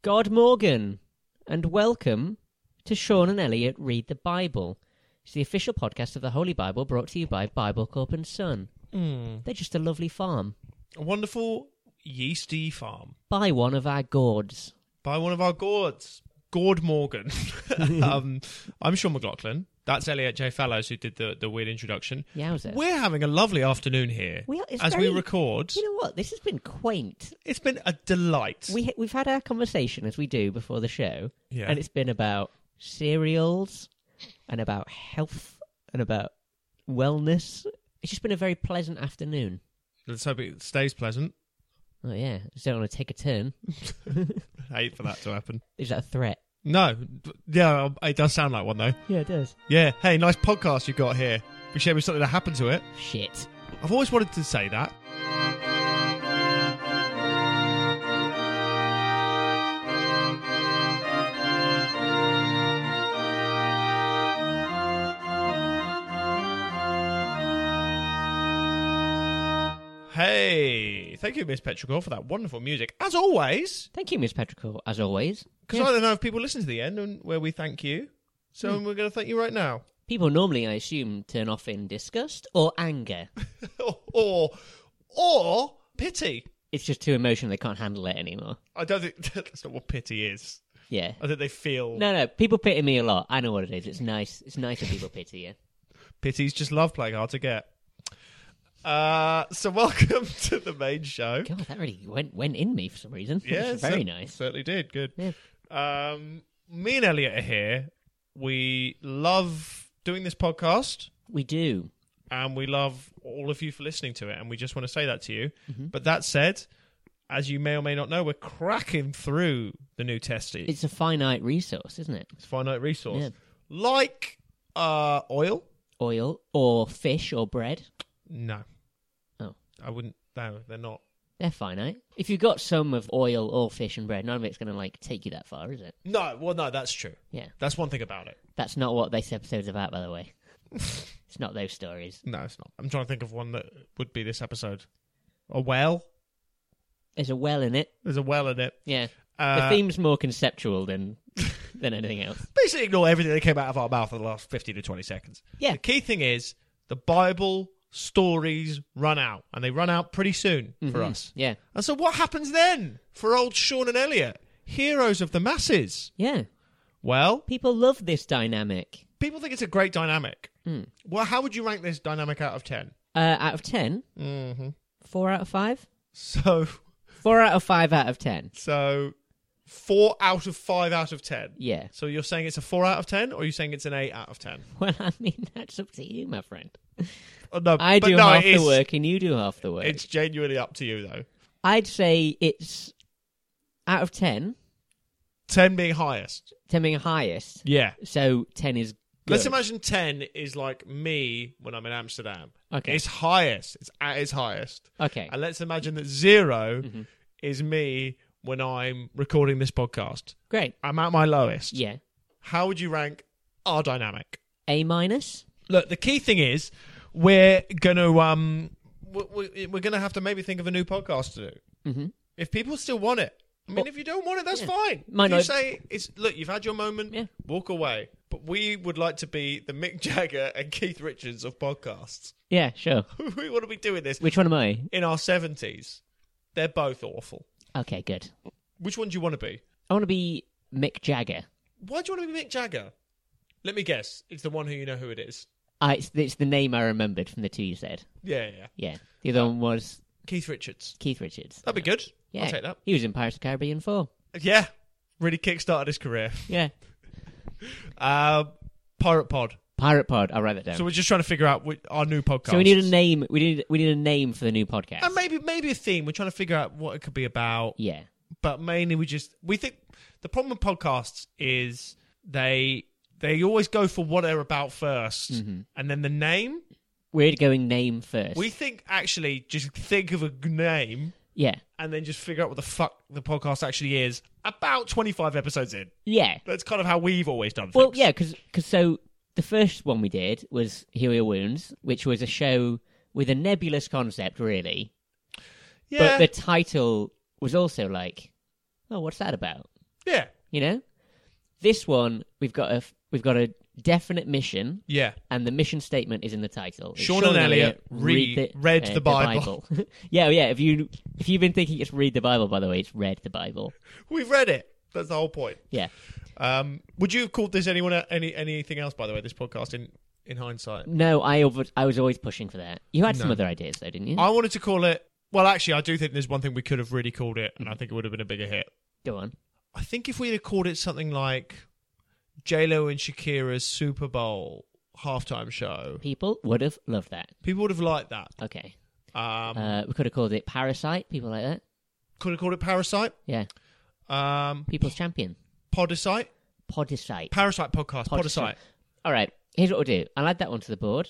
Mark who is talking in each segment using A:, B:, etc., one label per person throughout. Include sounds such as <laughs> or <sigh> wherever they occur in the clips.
A: God Morgan, and welcome to Sean and Elliot Read the Bible. It's the official podcast of the Holy Bible brought to you by Bible Corp and Son.
B: Mm.
A: They're just a lovely farm.
B: A wonderful yeasty farm
A: Buy one of our gourds.
B: by one of our Gord's, Gord Morgan. <laughs> um, I'm Sean McLaughlin. That's Elliot J. Fallows who did the, the weird introduction.
A: Yowza.
B: We're having a lovely afternoon here
A: We are- it's
B: as we
A: very-
B: record.
A: you know what? This has been quaint.
B: it's been a delight.
A: We, ha- we've had our conversation as we do before the show,
B: Yeah.
A: and it's been about cereals and about health and about wellness. It's just been a very pleasant afternoon.
B: Let's hope it
A: <laughs>
B: stays pleasant.
A: Oh, yeah. Just don't want to take a turn.
B: I hate for that to happen.
A: Is that a threat?
B: No, d- yeah, it does sound like one though.
A: Yeah, it does.
B: Yeah, hey, nice podcast you got here. We share with something that happened to it.
A: Shit.
B: I've always wanted to say that. Hey, thank you, Miss Petrichor, for that wonderful music. As always,
A: Thank you, Miss Petrichor, as always.
B: because
A: Yeah.
B: I don't know if people listen to the end and where we thank you. So we're going to thank you right now. <laughs>
A: People normally, I assume, turn off in disgust or
B: <laughs>
A: anger.
B: or, or pity.
A: it's just too emotional; they can't handle it anymore.
B: I don't think <laughs> that's not what pity is.
A: Yeah.
B: I think they feel
A: No, no. People pity me a lot. I know what it is. It's nice. It's nice that people pity you. <laughs>
B: pity's just love playing hard to get. Uh, so <laughs> welcome to the main show.
A: God, that really went went in me for some reason. Which
B: Yeah,
A: is very
B: cer-
A: nice.
B: Certainly did. Good.
A: Yeah.
B: Um, me and Elliot are here. We love doing this podcast,
A: We do.
B: and we love all of you for listening to it. And we just want to say that to you.
A: Mm-hmm.
B: But that said, as you may or may not know, we're cracking through the New Testament.
A: It's a finite resource, isn't it?
B: It's a finite resource,
A: Yeah.
B: like uh, oil.
A: Oil or fish or bread.
B: No.
A: Oh.
B: I wouldn't. No, they're not.
A: They're finite. If you've got some of oil or fish and bread, none of it's going to like take you that far, is it?
B: No, well, no, that's true.
A: Yeah.
B: That's one thing about it.
A: That's not what this episode's about, by the way. <laughs> it's not those stories.
B: No, it's not. I'm trying to think of one that would be this episode. A well?
A: There's a well in it.
B: There's a well in it.
A: Yeah. The
B: Uh,
A: theme's more conceptual than <laughs> than anything else.
B: basically, ignore everything that came out of our mouth in the last 15 to 20 seconds.
A: Yeah.
B: The key thing is the Bible stories run out, and they run out pretty soon for us.
A: Yeah.
B: And so, what happens then for old Sean and Elliot, heroes of the masses?
A: Yeah.
B: Well,
A: People love this dynamic.
B: people think it's a great dynamic.
A: Hmm.
B: Well, how would you rank this dynamic out of 10?
A: Uh, out of 10,
B: Mm-hmm.
A: four out of five?
B: <laughs> So,
A: Four out of five out of 10.
B: so four out of five out of ten.
A: Yeah. <laughs>
B: So you're saying it's a four out of ten, or are you saying it's an eight out of ten?
A: Well, I mean, that's up to you, my friend.
B: Oh, no,
A: I
B: but
A: do
B: no,
A: half
B: it is-
A: the work and you do half the work.
B: It's genuinely up to you though.
A: I'd say it's out of 10,
B: Ten being highest.
A: 10 being highest.
B: Yeah.
A: So 10 is good.
B: Let's imagine ten is like me when I'm in Amsterdam.
A: Okay.
B: It's highest. It's at its highest.
A: Okay. Mm-hmm.
B: And let's imagine that 0 is me when I'm recording this podcast.
A: Great.
B: I'm at my lowest.
A: Yeah.
B: How would you rank our dynamic?
A: A minus?
B: look the key thing is we're gonna um we- we- we're gonna have to maybe think of a new podcast to do
A: Mm-hmm.
B: if people still want it i mean if you don't want it that's
A: yeah.
B: fine
A: Might
B: if you
A: not-
B: say it's look you've had your moment
A: Yeah.
B: walk away but we would like to be the mick <laughs> jagger and keith richards of podcasts <laughs>
A: Yeah, sure.
B: we want to be doing this
A: Which one am I?
B: in our 70s they're both awful
A: Okay, good.
B: which one do you want to be
A: I want to be Mick Jagger.
B: why do you want to be mick jagger let me guess it's the one who you know who it is
A: Uh, it's, it's the name I remembered from the two you said.
B: yeah yeah, yeah.
A: Yeah. The other one was
B: keith richards
A: Keith Richards.
B: that'd be good
A: Yeah.
B: i'll take that
A: He was in Pirates of the Caribbean 4.
B: Yeah, really kickstarted his career.
A: Yeah.
B: Uh, Pirate Pod.
A: Pirate Pod. I'll write that down.
B: So
A: So,
B: we're just trying to figure out wh- our new podcast.
A: we need a name. We need we need a name for the new podcast.
B: and maybe maybe a theme. We're trying to figure out what it could be about.
A: yeah.
B: But mainly we just we think the problem with podcasts is they they always go for what they're about 1st
A: Mm-hmm.
B: and then the name.
A: We're going name first.
B: We think actually just think of a g- name
A: yeah.
B: and then just figure out what the fuck the podcast actually is about twenty five episodes in.
A: Yeah.
B: That's kind of how we've always done. Things.
A: Well, yeah, because so the first one we did was Heal Your Wounds, which was a show with a nebulous concept, really.
B: yeah.
A: But the title was also like, oh, what's that about?
B: Yeah.
A: You know, this one we've got a f- we've got a definite mission,
B: Yeah.
A: and the mission statement is in the title. It's
B: Sean and Elliot re- read the
A: Bible.
B: Bible.
A: uh, <laughs> yeah, yeah. If you if you've been thinking it's read the Bible, by the way, it's read the Bible.
B: We've read it. That's the whole point.
A: Yeah.
B: Um, would you have called this anyone any anything else? By the way, this podcast in in hindsight,
A: No, I over, I was always pushing for that. You had some
B: No.
A: other ideas though, didn't you?
B: I wanted to call it. Well, actually, I do think there's one thing we could have really called it, and I think it would have been a bigger hit.
A: Go on.
B: I think if we had called it something like J Lo and Shakira's Super Bowl halftime show,
A: People would have loved that.
B: people would have liked that.
A: Okay.
B: Um,
A: Uh, we could have called it Parasite. People like that.
B: could have called it Parasite,
A: Yeah.
B: um,
A: People's Champion.
B: Podicite,
A: Podicite.
B: Parasite podcast, Podicite.
A: Podicite. All right. Here's what we'll do. I'll add that one to the board.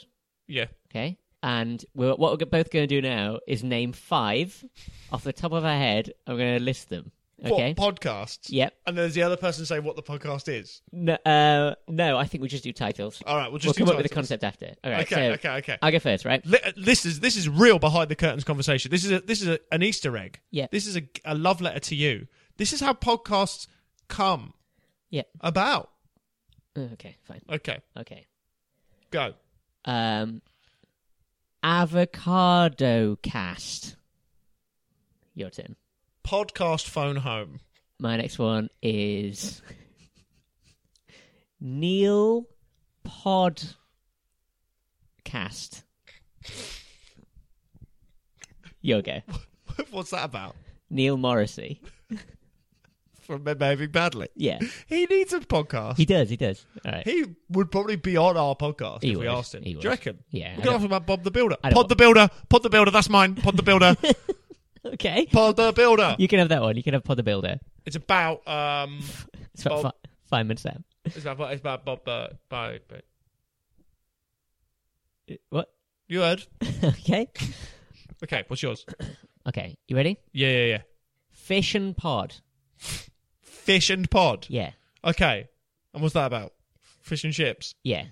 B: Yeah,
A: Okay. And we're, what we're both going to do now is name five off the top of our head. I'm going to list them. Okay.
B: what podcasts?
A: Yep.
B: And there's the other person say what the podcast is.
A: No, uh, no, I think we just do titles.
B: All right, we'll
A: we'll
B: just
A: come
B: do
A: up with a
B: titles.
A: concept after. All right.
B: Okay,
A: so
B: okay, okay.
A: I'll go first, right?
B: Li- This is this is real behind the curtains conversation. This is a, this is a, an Easter egg.
A: Yeah.
B: This is a, a love letter to you. This is how podcasts come
A: Yeah.
B: about.
A: Mm, Okay. Fine.
B: Okay,
A: Okay.
B: go.
A: Um, avocado cast. Your turn.
B: Podcast phone home. <laughs>
A: My next one is Neil Podcast. Yoga.
B: What's that about?
A: Neil Morrissey.
B: From behaving badly.
A: Yeah,
B: He needs a podcast.
A: he
B: He,
A: does. He does. All right.
B: would probably be on our podcast
A: He
B: if we
A: would.
B: asked him.
A: He
B: Do
A: would.
B: you reckon?
A: Yeah.
B: We
A: I
B: can
A: don't-
B: ask him about Bob the Builder.
A: I don't
B: Pod the Builder. Pod the Builder. That's mine. Pod the
A: <laughs>
B: Builder.
A: <laughs> Okay.
B: Pod the Builder.
A: You can have that one. You can have Pod the Builder.
B: It's about um.
A: It's about
B: Bob.
A: fi- five minutes out.
B: It's about it's about Bob. Uh, by, but
A: What? <laughs>
B: you heard?
A: okay.
B: Okay. What's yours?
A: Okay. You ready?
B: Yeah, yeah, yeah.
A: Fish and Pod.
B: Fish and Pod.
A: Yeah.
B: Okay. And what's that about? Fish and chips.
A: Yeah.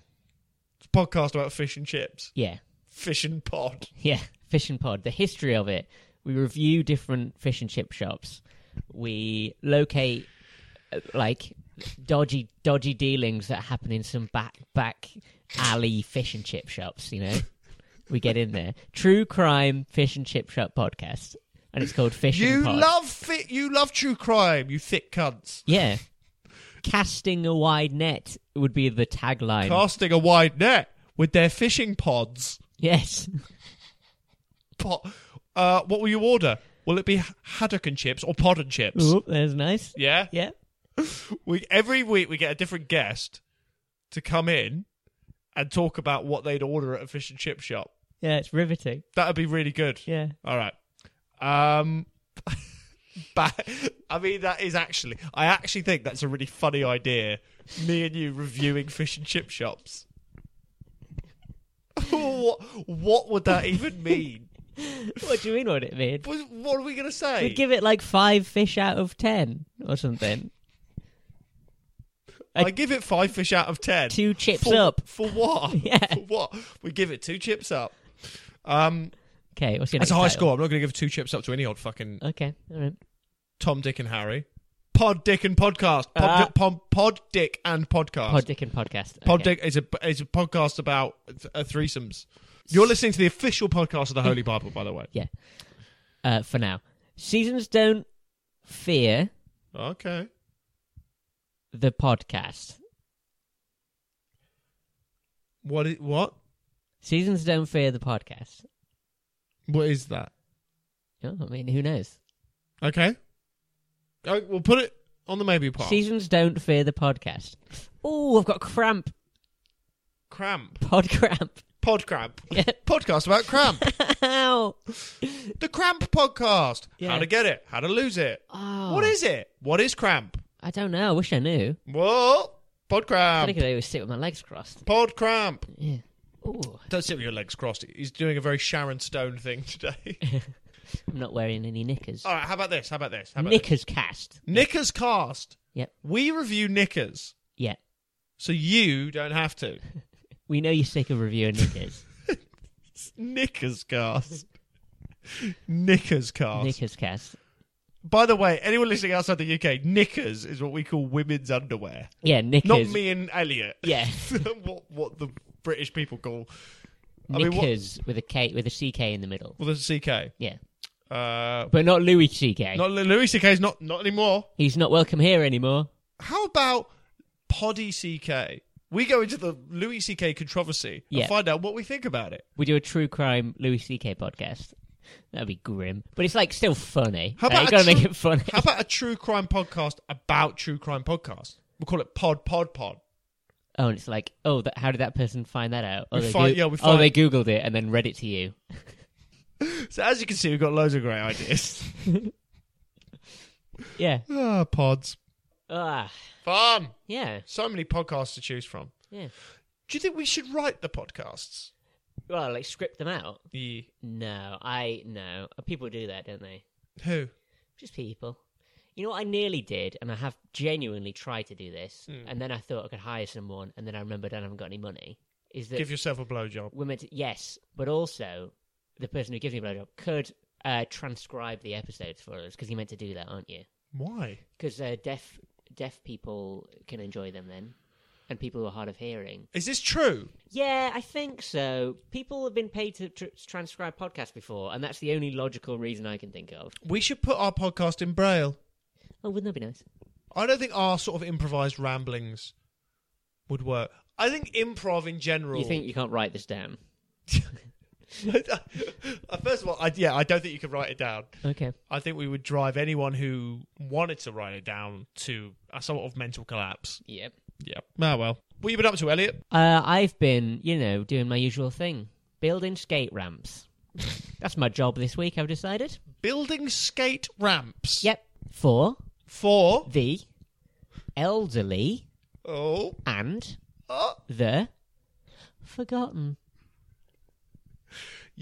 B: It's a podcast about fish and chips.
A: Yeah.
B: Fish and Pod.
A: <laughs> Yeah, Fish and Pod. The history of it. We review different fish and chip shops. We locate uh, like dodgy dodgy dealings that happen in some back back alley fish and chip shops.
B: <laughs>
A: You know, we get in there. True crime fish and chip shop podcast, and it's called Fish
B: <laughs> You
A: and Pod.
B: love fit. You love true crime. You thick cunts.
A: yeah. Casting a wide net would be the tagline.
B: <laughs> Casting a wide net with their fishing pods.
A: yes. <laughs>
B: Pot. Uh, what will you order? Will it be haddock and chips or pod and chips?
A: Ooh, there's nice.
B: Yeah.
A: Yeah.
B: We every week we get a different guest to come in and talk about what they'd order at a fish and chip shop.
A: Yeah, it's riveting.
B: That'd be really good.
A: Yeah.
B: All right. Um, <laughs> but I mean, that is actually, I actually think that's a really funny idea. Me and you reviewing fish and chip shops. <laughs> what, what would that even mean?
A: What do you mean what it means?
B: What, what are we going to say?
A: We'd give it like five fish out of ten or something.
B: I give it five fish out of ten.
A: Two chips
B: for,
A: up.
B: For
A: <laughs>
B: what?
A: Yeah.
B: For what? We give it two chips up. Um,
A: Okay, what's your
B: that's a
A: next
B: high
A: title?
B: score. I'm not going to give two chips up to any old fucking
A: Okay, all right.
B: Tom, Dick, and Harry. Pod, Dick, and podcast. Pod,
A: Ah.
B: Dick- pom- pod, Dick, and podcast.
A: Pod Dick and podcast. Okay.
B: Pod Dick is a is a podcast about th- uh, threesomes. You're listening to the official podcast of the Holy Bible, by the way.
A: Yeah. Uh, for now, seasons don't fear
B: Okay.
A: the podcast.
B: What? Is, what?
A: Seasons don't fear the podcast.
B: What is that?
A: Oh, I mean, who knows?
B: Okay. Oh, we'll put it on the maybe part.
A: Seasons don't fear the podcast. Oh, I've got cramp.
B: cramp.
A: Pod cramp. <laughs>
B: Pod cramp. podcast about cramp.
A: Ow.
B: the cramp podcast.
A: Yeah.
B: How to get it. How to lose it.
A: Oh,
B: What is it? What is cramp?
A: I don't know. I wish I knew.
B: Whoa. Pod
A: I
B: cramp.
A: think I always sit with my legs crossed.
B: Pod cramp.
A: Yeah. Ooh.
B: Don't sit with your legs crossed. He's doing a very Sharon Stone thing <laughs> today.
A: <laughs> I'm not wearing any knickers.
B: All right, how about this? How about this? Oh, How about
A: knickers cast.
B: this? Knickers cast.
A: Yep.
B: We review knickers,
A: Yeah.
B: so you don't have to.
A: <laughs> We know you're sick of reviewing
B: <laughs>
A: knickers.
B: Knickers cast. Knickers cast.
A: knickers cast.
B: By the way, anyone listening outside the UK, knickers is what we call women's underwear.
A: Yeah,
B: Not
A: knickers.
B: me and Elliot.
A: Yeah,
B: <laughs> what what the British people call I mean, what-
A: knickers with a K with a CK in the middle.
B: well, there's a CK.
A: Yeah,
B: Uh,
A: but not Louis CK.
B: not Louis CK's not not anymore.
A: He's not welcome here anymore.
B: How about Poddy CK? We go into the Louis CK controversy
A: Yeah.
B: and find out what we think about it.
A: We do a true crime Louis CK podcast. That'd be grim, but it's like still funny.
B: How
A: How
B: about
A: you
B: a
A: gotta make
B: true-
A: it funny.
B: How about a true crime podcast about true crime podcasts? We'll call it Pod Pod Pod.
A: Oh, and it's like, oh, that, how did that person find that out? Oh,
B: We
A: they
B: find- yeah, we
A: oh,
B: find-
A: they googled it and then read it to you.
B: So as you can see, we've got loads of great ideas.
A: Yeah.
B: <laughs> ah, pods.
A: Ah,
B: Fun.
A: yeah,
B: So many podcasts to choose from.
A: yeah.
B: Do you think we should write the podcasts?
A: Well, like script them out.
B: Yeah.
A: No, I no. People do that, don't they?
B: Who?
A: Just people. You know what I nearly did, and I have genuinely tried to do this,
B: Hmm.
A: and then I thought I could hire someone, and then I remembered I haven't got any money. Is that
B: Give yourself a blowjob.
A: we're meant to, yes, but also the person who gives me a blowjob could uh, transcribe the episodes for us because you're meant to do that, aren't you?
B: Why?
A: Because uh, deaf deaf people can enjoy them then, and people who are hard of hearing.
B: Is this true?
A: Yeah, I think so. People have been paid to tr- transcribe podcasts before, and that's the only logical reason I can think of.
B: We should put our podcast in braille.
A: Oh, wouldn't that be nice?
B: I don't think our sort of improvised ramblings would work. I think improv in general. Uh,
A: You
B: <laughs>
A: think you can't write this down?
B: First of all, I, yeah, I don't think you could write it down.
A: Okay.
B: I think we would drive anyone who wanted to write it down to a sort of mental collapse.
A: Yep.
B: Yeah. Ah, well. What you been up to, Elliot?
A: Uh, I've been, you know, doing my usual thing, building skate ramps. that's my job this week. I've decided.
B: Building skate ramps.
A: Yep. For
B: For.
A: the elderly
B: Oh.
A: and
B: oh.
A: the forgotten.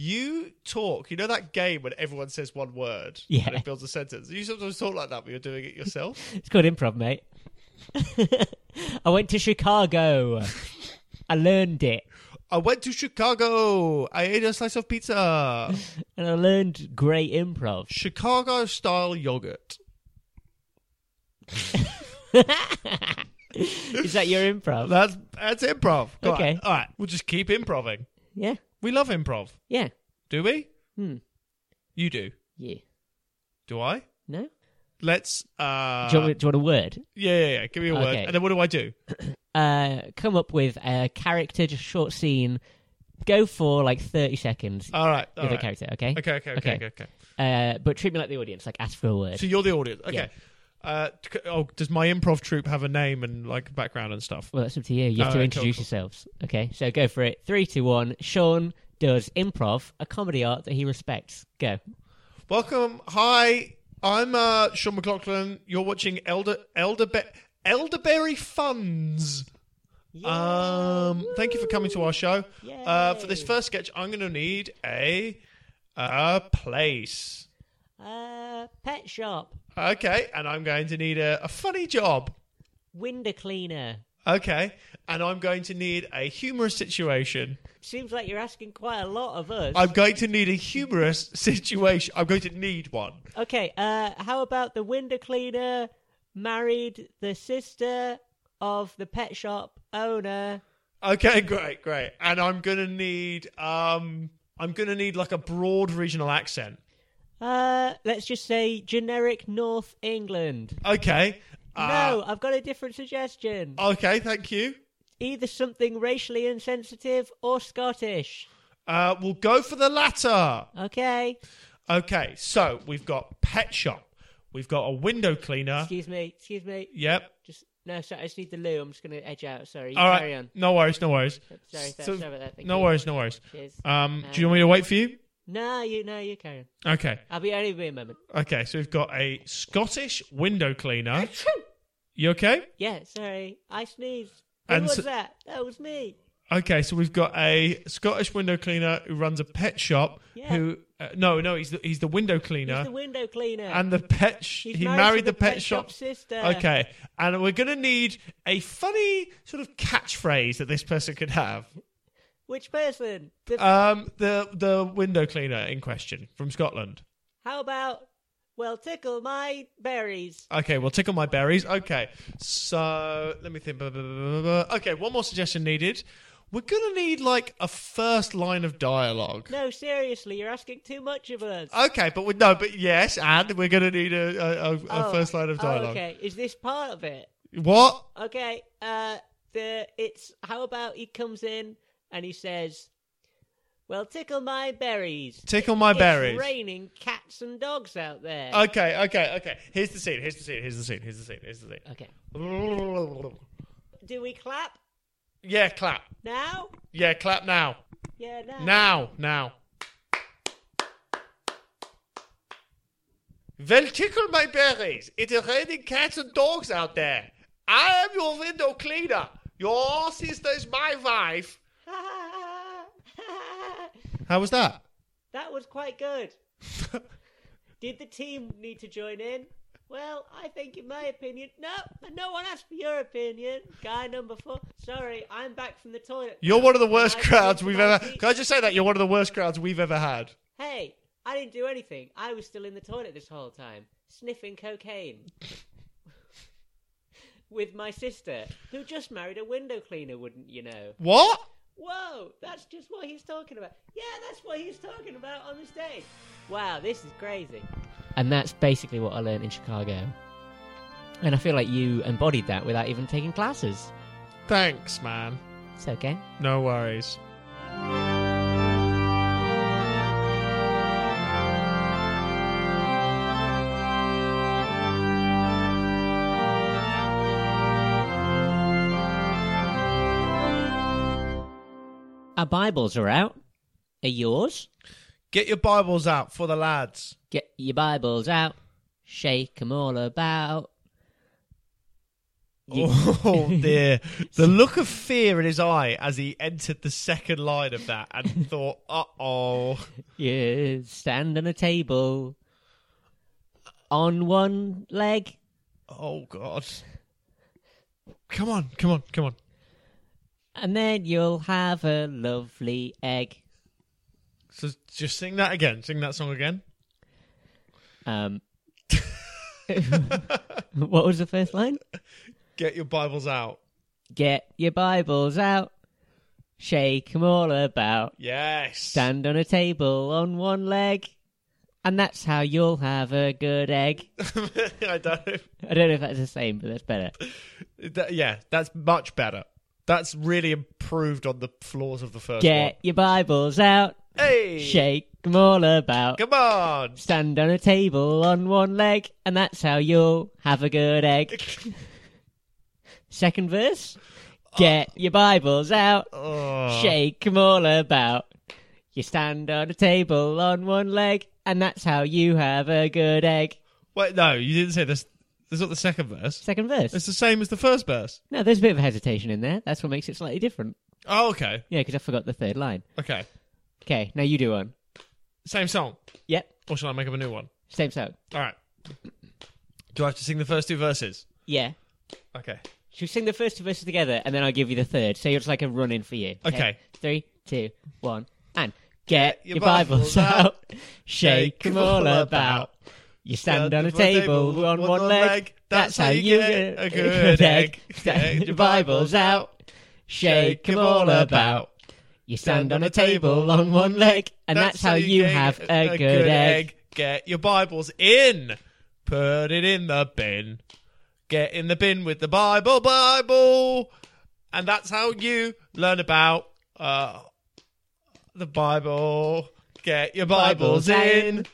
B: You talk. You know that game when everyone says one word
A: Yeah.
B: and it builds a sentence? You sometimes talk like that, but you're doing it yourself.
A: It's called improv, mate. <laughs> I went to Chicago. I learned it.
B: <laughs> I went to Chicago. I ate a slice of <laughs> pizza.
A: And I learned great improv. <laughs>
B: Chicago style yogurt.
A: Is that your improv?
B: <laughs> That's that's improv. Go on.
A: Okay.
B: All right. We'll just keep improving.
A: Yeah.
B: We love improv.
A: Yeah.
B: Do we?
A: Hmm.
B: You do.
A: Yeah.
B: Do I?
A: No?
B: Let's. uh
A: do, you want, do you want a word?
B: Yeah, yeah, yeah. Give me a word.
A: Okay.
B: And then what do I do?
A: Uh, come up with a character, just short scene. Go for like 30 seconds
B: All right. all
A: with
B: right.
A: a character, okay?
B: Okay, okay, okay,
A: Okay.
B: okay, okay.
A: Uh, but treat me like the audience, like ask for a word.
B: So you're the audience. Okay. Uh, c- oh, does my improv troupe have a name and like background and stuff?
A: Well, that's up to you. You have
B: Oh,
A: to
B: okay,
A: introduce
B: cool,
A: yourselves. Okay, so go for it. Three, two, one. Sean does improv, a comedy art that he respects. Go.
B: Welcome. Hi, I'm uh, Sean McLaughlin. You're watching Elder Elderbe- Elderberry Funds. Um, thank you for coming to our show. Uh, for this
A: Yay.
B: first sketch, I'm going to need a a place.
A: Uh, pet shop,
B: Okay, and I'm going to need a, a funny job.
A: window cleaner.
B: Okay, and I'm going to need a humorous situation.
A: Seems like you're asking quite a lot of us.
B: I'm going to need a humorous <laughs> situation. I'm going to need one.
A: Okay, uh, how about the window cleaner married the sister of the pet shop owner?
B: Okay, great, great. And I'm gonna need um I'm gonna need like a broad regional accent.
A: Uh, let's just say generic North England.
B: Okay.
A: no, I've got a different suggestion.
B: no. Okay, thank you.
A: Either something racially insensitive or Scottish.
B: Uh we'll go for the latter.
A: Okay.
B: Okay, so we've got pet shop. We've got a window cleaner.
A: Excuse me. Excuse me.
B: Yep.
A: Just no. Sorry, I just need the loo. I'm just gonna edge out. Sorry. You
B: All
A: Carry
B: right.
A: on.
B: No worries, no worries.
A: Sorry. Sorry,
B: So-
A: sorry about that. Thank
B: No
A: you.
B: worries, no worries.
A: Cheers.
B: Um do you want me to wait for you?
A: no, you. No, you carry on.
B: Okay.
A: I'll be only be a moment.
B: Okay, so we've got a Scottish
A: <laughs>
B: window cleaner. You okay?
A: Yeah. Sorry. I sneezed.
B: And
A: Who was
B: so-
A: that? That was me.
B: Okay, so we've got a Scottish window cleaner who runs a pet shop.
A: Yeah.
B: Who? Uh, no, no, he's the, he's the window
A: He's
B: cleaner
A: the window cleaner.
B: and the pet. Sh-
A: He's
B: he
A: married
B: married,
A: to
B: the, pet, shop.
A: sister.
B: Okay, and we're gonna need a funny sort of catchphrase that this person could have.
A: Which person?
B: Uh,
A: The,
B: Um, the the window cleaner in question from Scotland.
A: how about Well, tickle my berries.
B: Okay, well, tickle my berries. Okay, so let me think. Blah, blah, blah, blah, blah. Okay, one more suggestion needed. We're gonna need like a first line of dialogue.
A: No, seriously, you're asking too much of us.
B: Okay, but we, no, but yes, and we're gonna need a, a, a, a
A: Oh,
B: first line of
A: oh,
B: dialogue.
A: okay, is this part of it?
B: What?
A: Okay, uh, the it's how about he comes in and he says, "Well, tickle my berries."
B: Tickle my
A: it's
B: berries.
A: raining cats and dogs out there.
B: Okay, okay, okay. Here's the scene. Here's the scene. Here's the scene. Here's the scene. Here's the
A: okay.
B: scene.
A: Do we clap
B: Yeah, clap.
A: now?
B: Yeah, clap now.
A: Yeah, now. <laughs>
B: Now, now. Well, tickle my berries. It's raining cats and dogs out there. I am your window cleaner. Your sister is my wife. How was that? <laughs>
A: that was quite good. Did the team need to join in? Well, I think, in my opinion, no, no one asked for your opinion. Guy number four. Sorry, I'm back from the toilet.
B: You're one of the worst
A: I
B: crowds
A: think
B: we've
A: my
B: ever.
A: feet-
B: Can I just say that you're one of the worst crowds we've ever had?
A: Hey, I didn't do anything. I was still in the toilet this whole time, sniffing cocaine. <laughs> With my sister, who just married a window cleaner, wouldn't you know?
B: What?
A: Whoa, that's just what he's talking about. Yeah, that's what he's talking about on the stage. Wow, this is crazy. And that's basically what I learned in Chicago. And I feel like you embodied that without even taking classes.
B: Thanks, man.
A: It's okay.
B: No worries.
A: Our Bibles are out. Are yours?
B: Get your Bibles out for the lads.
A: Get your Bibles out. Shake 'em all about. You- <laughs>
B: Oh <laughs> dear. The look of fear in his eye as he entered the second line of that
A: <laughs>
B: and thought, uh oh.
A: You stand on a table on one leg.
B: Oh god. Come on, come on, come on.
A: And then you'll have a lovely egg.
B: So just sing that again. Sing that song again. <laughs>
A: Um, <laughs> what was the first line?
B: Get your Bibles out.
A: Get your Bibles out, shake 'em all about,
B: Yes.
A: stand on a table on one leg, and that's how you'll have a good egg.
B: <laughs> I don't
A: I don't know if that's the same, but that's better.
B: that, yeah, that's much better. That's really improved on the flaws of the first one.
A: Get your Bibles out,
B: Hey!
A: shake 'em all about,
B: Come on! <laughs>
A: stand on a table on one leg, and that's how you'll have a good egg. Second verse. Get your Bibles out,
B: Oh.
A: Shake 'em all about. You stand on a table on one leg, and that's how you have a good egg.
B: Wait, no, you didn't say this. This is not the second verse.
A: Second
B: It's
A: verse.
B: the same as the first verse.
A: No, there's a bit of hesitation in there. That's what makes it slightly different.
B: Oh, okay.
A: Yeah, because I forgot the third line.
B: Okay.
A: Okay, now you do one.
B: Same song.
A: Yep,
B: Or shall I make up a new one?
A: same song.
B: All right. Do I have to sing the first two verses?
A: Yeah.
B: Okay.
A: Should we sing the first two verses together, and then I'll give you the third? So it's like a run in for you.
B: Okay.
A: Three, two, one, and get
B: your
A: your Bibles
B: Bibles
A: out. Shake 'em all about. You stand on a table on one leg. That's how you get a good egg. <laughs> Stand your Bibles out. Shake 'em all about. You stand on a table on one leg, and that's how you
B: get
A: have a good egg.
B: Get your Bibles in. Put it in the bin. Get in the bin with the Bible, Bible. And that's how you learn about uh, the Bible. Get your Bibles, in.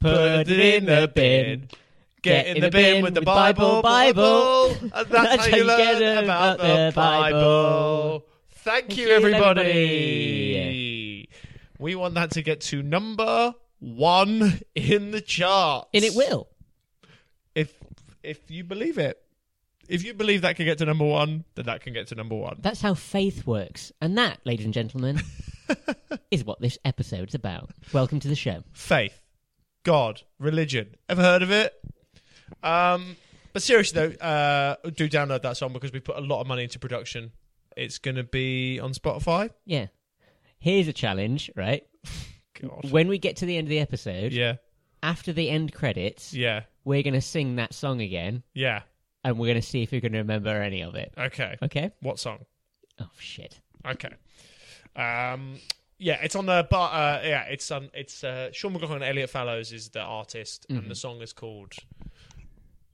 A: Put it in the bin.
B: Get in the bin with the Bible, Bible. And <laughs> that's how you learn about the Bible. Thank you,
A: you,
B: everybody. We want that to get to number one in the charts.
A: And it will.
B: If if you believe it. If you believe that can get to number one, then that can get to number one.
A: That's how faith works. And that, ladies and
B: <laughs>
A: gentlemen, is what this episode's about. Welcome to the show.
B: faith, God, religion. Ever heard of it? Um, but seriously though, uh, do download that song because we put a lot of money into production. It's going to be on Spotify.
A: Yeah. Here's a challenge, right?
B: God.
A: When we get to the end of the episode,
B: Yeah.
A: after the end credits,
B: Yeah.
A: we're going to sing that song again
B: Yeah.
A: and we're going to see if you're going to remember any of it.
B: Okay.
A: Okay?
B: What song?
A: Oh, shit.
B: Okay. Um, yeah, it's on the but uh, yeah, it's um, it's uh, Sean McLaughlin and Elliot Fallows is the artist, and the song is called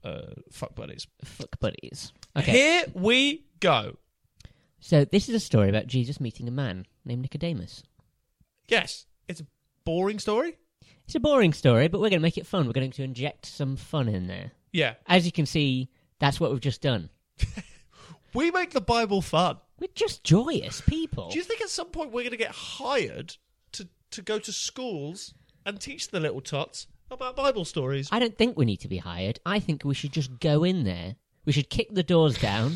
B: uh, "Fuck Buddies."
A: Fuck buddies. Okay.
B: Here we go.
A: So this is a story about Jesus meeting a man named Nicodemus.
B: Yes, it's a boring story.
A: It's a boring story, but we're going to make it fun. We're going to inject some fun in there.
B: Yeah,
A: As you can see, that's what we've just done.
B: we make the Bible fun.
A: We're just joyous people.
B: Do you think at some point we're going to get hired to to go to schools and teach the little tots about Bible stories?
A: I don't think we need to be hired. I think we should just go in there. We should kick the doors down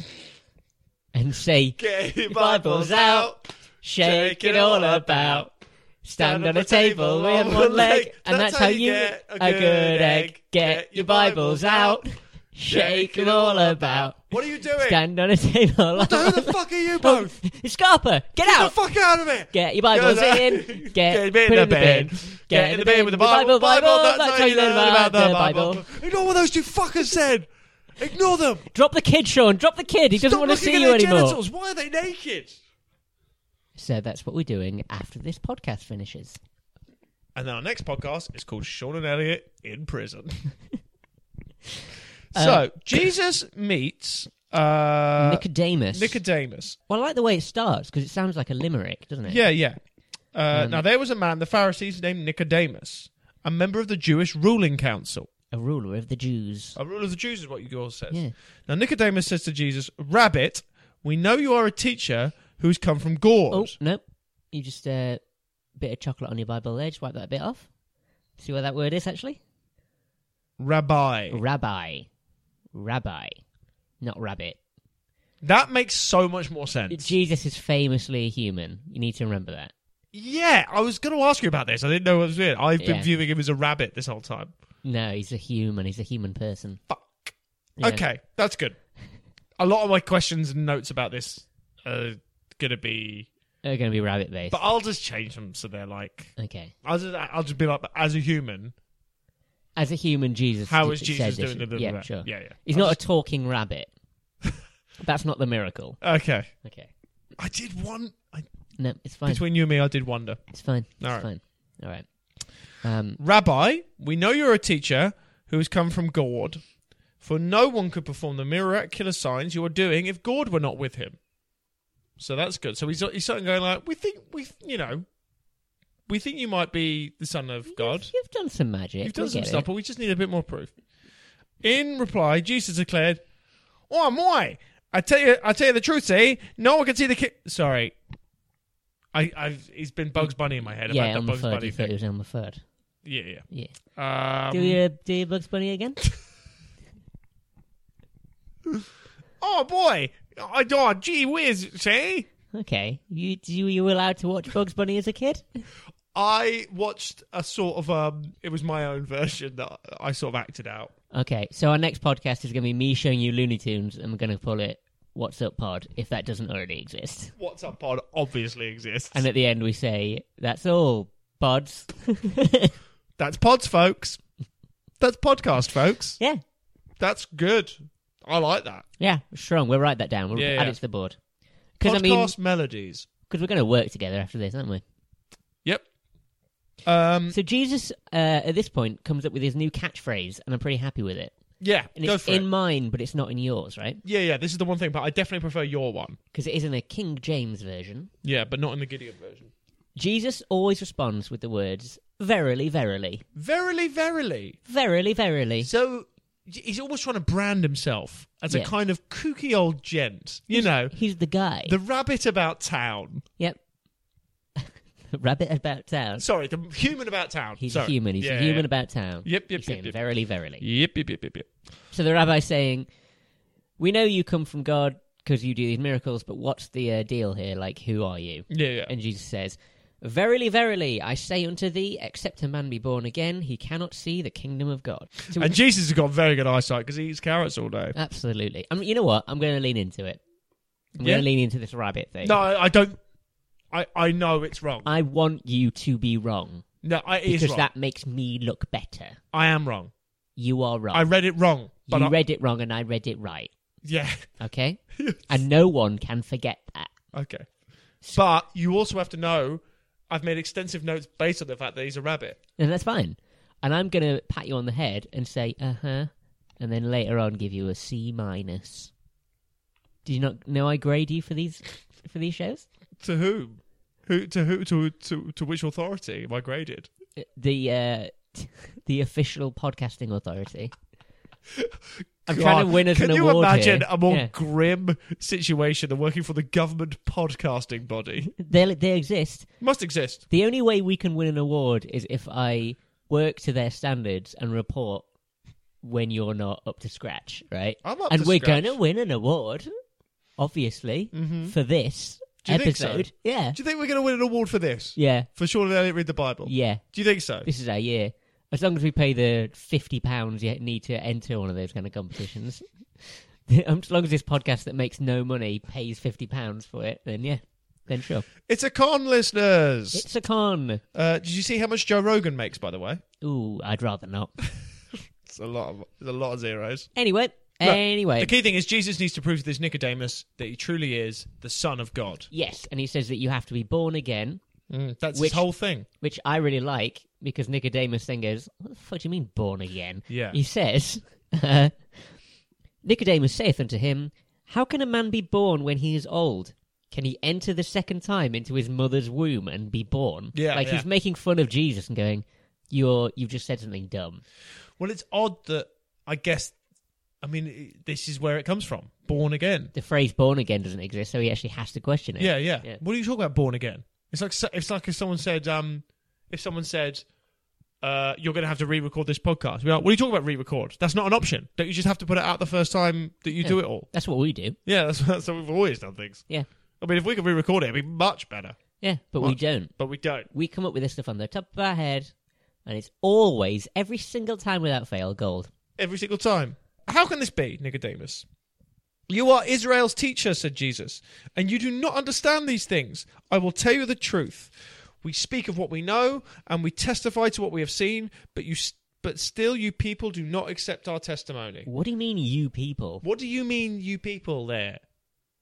A: and say,
B: Get your
A: Bibles out, shake it all about. Stand on a table with one leg, and that's how you get a good egg. Get your Bibles out, shake it all about.
B: What are you doing?
A: Stand on a table.
B: What the,
A: <laughs>
B: who <laughs> the fuck are you both?
A: It's Scarpa, get
B: Get the
A: out!
B: fuck out of it!
A: Get your Bibles
B: Get
A: in.
B: <laughs> out.
A: Get,
B: Get in
A: put
B: the
A: in the
B: bin.
A: bin.
B: Get in the bin with the
A: Bible,
B: Bible. Bible, that's how you learn about the
A: Bible.
B: Bible. Ignore what those two fuckers said. Ignore them.
A: Drop the kid, Sean. Drop the kid. He doesn't
B: Stop
A: want to
B: looking
A: see
B: at
A: you
B: their
A: anymore.
B: genitals. Why are they naked?
A: So that's what we're doing after this podcast finishes.
B: And then our next podcast is called Sean and Elliot
A: <laughs>
B: in Prison.
A: Uh,
B: so Jesus meets uh,
A: Nicodemus.
B: Nicodemus.
A: well, I like the way it starts because it sounds like a limerick, doesn't it?
B: Yeah, yeah. Uh, now there was a man, the Pharisees, named Nicodemus, a member of the Jewish ruling council.
A: A ruler of the Jews.
B: A ruler of the Jews is what you all says.
A: Yeah.
B: Now Nicodemus says to Jesus, "Rabbit, we know you are a teacher who's come from God."
A: Oh, no. You just uh, bit of chocolate on your Bible there. Just wipe that bit off. See where that word is, actually? Oh.
B: Rabbi.
A: Rabbi. Rabbi. Not rabbit.
B: That makes so much more sense.
A: Jesus is famously a human. You need to remember that.
B: yeah, I was going to ask you about this. I didn't know what was weird. I've been
A: Yeah.
B: viewing him as a rabbit this whole time.
A: No, he's a human. He's a human person.
B: Fuck.
A: Yeah.
B: Okay, that's good. A lot of my questions and notes about this are going to be,
A: They're going to be rabbit based.
B: but I'll just change them so they're like.
A: okay.
B: I'll just, I'll just be like, as a human,
A: As a human, Jesus.
B: how
A: d-
B: is
A: says this.
B: Jesus doing? the- the-
A: Yeah,
B: the-
A: sure.
B: Yeah, yeah.
A: He's
B: I'll
A: not a talking rabbit. <laughs> That's not the miracle.
B: just- okay.
A: Okay.
B: I did one. I,
A: No, it's fine.
B: between you and me, I did wonder.
A: It's fine. It's
B: All right.
A: fine. All right. Um,
B: Rabbi, we know you're a teacher who has come from God, for no one could perform the miraculous signs you are doing if God were not with him. So that's good. So he's he's starting going like, we think we, you know, we think you might be the son of God.
A: you've done some magic.
B: You've done
A: We
B: some
A: get
B: stuff,
A: it.
B: but we just need a bit more proof. In reply, Jesus declared, "Oh my! I tell you, I tell you the truth, eh? No one can see the kid. Sorry, I, I've he's been Bugs Bunny in my head
A: Yeah,
B: about
A: on the
B: the Bugs
A: third.
B: Bunny
A: You thought it
B: thing.
A: was on the third.
B: Yeah,
A: Yeah.
B: yeah. Um,
A: do you uh, do your Bugs Bunny again? <laughs>
B: Oh boy! I oh, gee whiz, see?
A: okay. You you you were allowed to watch Bugs Bunny as a kid? <laughs>
B: I watched a sort of um it was my own version that I sort of acted out.
A: Okay. So our next podcast is going to be me showing you Looney Tunes, and we're going to call it "What's Up Pod" if that doesn't already exist.
B: What's up pod obviously exists.
A: And at the end, we say, "That's all, pods."
B: That's pods, folks. That's podcast, folks.
A: yeah.
B: That's good. I like that.
A: Yeah, strong. We'll write that down. We'll
B: Yeah,
A: add
B: yeah.
A: it to the board. Because
B: Podcast
A: I mean,
B: melodies.
A: because we're going to work together after this, aren't we?
B: Yep. Um
A: So Jesus, uh, at this point, comes up with his new catchphrase, and I'm pretty happy with it.
B: yeah,
A: And
B: go
A: it's
B: for
A: in
B: it.
A: mine, but it's not in yours, right?
B: Yeah, yeah, this is the one thing, but I definitely prefer your one.
A: Because it is in a King James version.
B: Yeah, but not in the Gideon version.
A: Jesus always responds with the words, "Verily, verily,
B: Verily, verily.
A: verily, verily."
B: So he's almost trying to brand himself as a
A: Yeah.
B: kind of kooky old gent, you know,
A: He's the guy.
B: the rabbit about town.
A: Yep. <laughs> Rabbit about town.
B: Sorry, the human about town.
A: He's
B: Sorry.
A: a human. He's
B: Yeah,
A: a
B: yeah,
A: human
B: yeah.
A: about town.
B: Yep, yep,
A: He's
B: yep,
A: saying,
B: <laughs> yep.
A: Verily, verily.
B: Yep, yep, yep, yep, yep.
A: So the rabbi's saying, "We know you come from God because you do these miracles, but what's the uh, deal here? Like, who are you?"
B: Yeah, yeah.
A: And Jesus says, "Verily, verily, I say unto thee, except a man be born again, he cannot see the kingdom of God." So
B: And Jesus has got very good eyesight because he eats carrots all
A: Uh,
B: day.
A: absolutely. I mean, you know what? I'm going to lean into it. I'm
B: Yeah?
A: going to lean into this rabbit thing.
B: No, I I don't. I, I know it's wrong.
A: I want you to be wrong.
B: No, I, it is
A: Uh, because
B: wrong.
A: that makes me look better.
B: I am wrong.
A: You are wrong.
B: I read it wrong. But
A: Oh. you
B: I,
A: read it wrong, and I read it right.
B: yeah. <laughs>
A: Okay, and no one can forget that.
B: Okay. But you also have to know I've made extensive notes based on the fact that he's a rabbit.
A: And that's fine. And I'm going to pat you on the head and say, uh huh. And then later on give you a C minus. Do you not know I grade you for these <laughs> for these shows?
B: To whom? Who to who to to, to which authority am I graded?
A: Uh, The uh, <laughs> the official podcasting authority. I'm trying to
B: God,
A: win us
B: Can
A: an
B: you
A: award.
B: imagine
A: here.
B: a more
A: Yeah.
B: grim situation than working for the government
A: <laughs>
B: podcasting body?
A: They they exist.
B: Must exist.
A: The only way we can win an award is if I work to their standards and report when you're not up to scratch, right?
B: I'm up
A: and
B: to
A: we're
B: scratch.
A: gonna win an award, obviously,
B: Mhm.
A: for this
B: Do you think so?
A: episode. Yeah,
B: Do you think we're going to win an award for this?
A: yeah,
B: For sure, they didn't read the Bible.
A: yeah.
B: Do you think so?
A: This is our year. As long as we pay the fifty pounds you need to enter one of those kind of competitions, <laughs> Um, as long as this podcast that makes no money pays fifty pounds for it, then yeah, then sure.
B: It's a con, listeners.
A: It's a con.
B: Uh, did you see how much Joe Rogan makes, by the way?
A: Ooh, I'd rather not.
B: It's a lot of it's a lot of zeros.
A: Anyway,
B: Look,
A: anyway.
B: The key thing is Jesus needs to prove to this Nicodemus that he truly is the Son of God.
A: Yes, and he says that you have to be born again,
B: That's
A: Mm. Which-
B: his whole thing.
A: which I really like because Nicodemus then goes, "What the fuck do you mean born again?"
B: Yeah.
A: He says, <laughs> uh, "Nicodemus saith unto him, How can a man be born when he is old? Can he enter the second time into his mother's womb and be born?"
B: Yeah,
A: like
B: yeah.
A: he's making fun of Jesus and going, "You're you've just said something dumb."
B: Well, it's odd that I guess. I mean, it- this is where it comes from. Born again.
A: The phrase "born again" doesn't exist, so he actually has to question it.
B: Yeah, yeah.
A: Yeah.
B: What are you talking about? Born again? It's like so- it's like if someone said, um, if someone said, uh, you're going to have to re-record this podcast. We're like, what are you talking about? Re-record? That's not an option. Don't you just have to put it out the first time that you do it all?
A: That's what we do.
B: Yeah, that's, <laughs> that's how we've always done things.
A: Yeah.
B: I mean, if we could re-record it, it'd be much better.
A: Yeah, but we
B: What?
A: don't.
B: But we don't.
A: we come up with this stuff on the top of our head, and it's always, every single time without fail, gold.
B: every single time. How can this be, Nicodemus? You are Israel's teacher, said Jesus, and you do not understand these things. I will tell you the truth. We speak of what we know, and we testify to what we have seen, but you, st- but still, you people do not accept our testimony.
A: What do you mean, you people?
B: What do you mean, you people? There,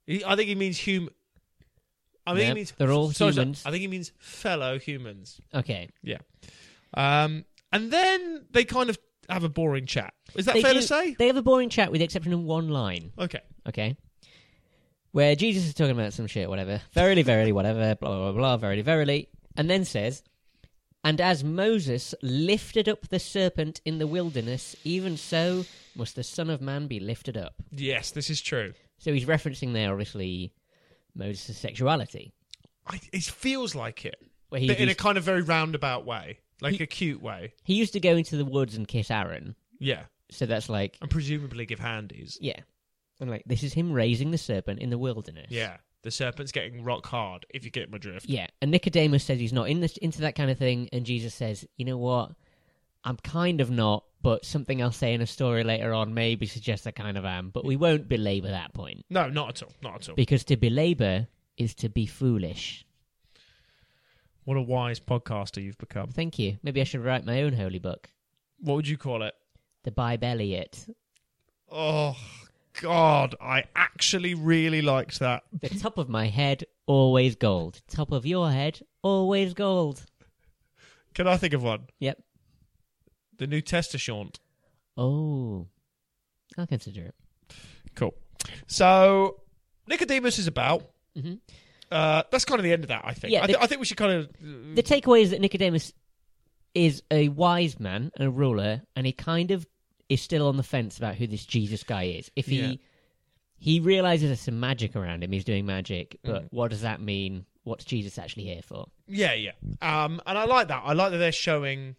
B: He- I think he means hum. I think
A: Yep,
B: he means
A: they're all
B: sorry, sorry.
A: humans.
B: I think he means fellow humans.
A: Okay.
B: Yeah. Um, and then they kind of have a boring chat. Is that
A: They
B: fair
A: do-
B: to say?
A: They have a boring chat with the exception of one line,
B: Okay.
A: okay? Where Jesus is talking about some shit, whatever. Verily, verily, whatever, blah, blah, blah, blah, verily, verily. And then says, And as Moses lifted up the serpent in the wilderness, even so must the Son of Man be lifted up.
B: Yes, this is true.
A: So he's referencing there, obviously, Moses' sexuality.
B: I, it feels like it,
A: Where he
B: but in a
A: used,
B: kind of very roundabout way, like a cute way.
A: he used to go into the woods and kiss Aaron.
B: Yeah,
A: So that's like,
B: and presumably give handies.
A: yeah. And like, this is him raising the serpent in the wilderness.
B: Yeah, the serpent's getting rock hard. If you get my drift,
A: Yeah. And Nicodemus says he's not in this, into that kind of thing. And Jesus says, you know what? I'm kind of not, but something I'll say in a story later on maybe suggests I kind of am. But we won't belabor that point.
B: no, not at all, not at all.
A: Because to belabor is to be foolish.
B: What a wise podcaster you've become.
A: Thank you. Maybe I should write my own holy book,
B: What would you call it?
A: The Bible Elliot.
B: Oh God, I actually really liked that.
A: The top of my head, always gold. Top of your head, always gold.
B: Can I think of one?
A: Yep.
B: The New Testament.
A: Oh, I'll consider it.
B: Cool. So Nicodemus is about.
A: Mhm.
B: Uh, that's kind of the end of that. I think.
A: Yeah,
B: I, th-
A: the-
B: I think we should kind of.
A: The takeaway is that Nicodemus is a wise man and a ruler, and he kind of is still on the fence about who this Jesus guy is. If he
B: Yeah.
A: he realizes there's some magic around him, he's doing magic, but what does that mean? What's Jesus actually here for?
B: Yeah, yeah. Um, and I like that. I like that they're showing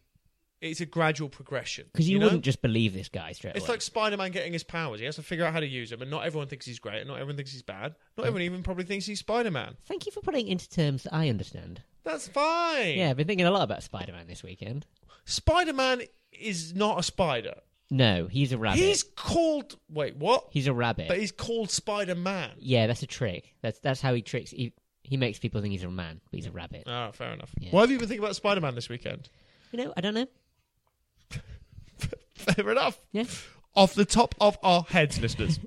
B: it's a gradual progression.
A: Because you,
B: know?
A: wouldn't just believe this guy straight
B: It's
A: away.
B: like Spider-Man getting his powers. He has to figure out how to use them, and not everyone thinks he's great, and not everyone thinks he's bad. Not everyone even probably thinks he's Spider-Man.
A: Thank you for putting it into terms that I understand.
B: That's fine.
A: Yeah, I've been thinking a lot about Spider-Man this weekend.
B: Spider-Man is not a spider.
A: No, he's a rabbit.
B: He's called. Wait, what?
A: He's a rabbit.
B: But he's called Spider-Man.
A: Yeah, that's a trick. That's that's how he tricks. He, He makes people think he's a man, but he's a rabbit.
B: Ah, fair enough.
A: Yeah.
B: Why have you been thinking about Spider Man this weekend? <laughs>
A: You know, I don't know.
B: Fair enough.
A: Yeah.
B: Off the top of our
A: <laughs>
B: heads, listeners.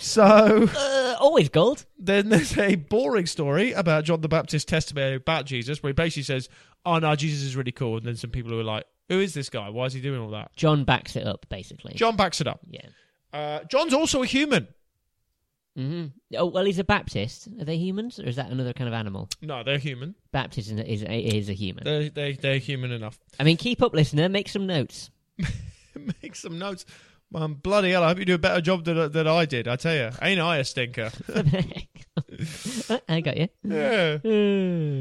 B: so
A: Uh, always gold.
B: then there's a boring story about John the Baptist's testimony about Jesus, where he basically says, "Oh no, Jesus is really cool," and then some people who are like, "Who is this guy? Why is he doing all that?"
A: John backs it up, basically.
B: John backs it up.
A: Yeah.
B: Uh, John's also a human.
A: hmm Oh well, he's a Baptist. Are they humans, or is that another kind of animal?
B: No, they're human.
A: Baptist is is a, is a human.
B: They're they they're human enough. <laughs>
A: I mean, keep up, listener. Make some notes. <laughs>
B: Make some notes. Um, bloody hell! I hope you do a better job than, than I did. I tell you, ain't I a stinker?
A: Uh, I got you.
B: yeah.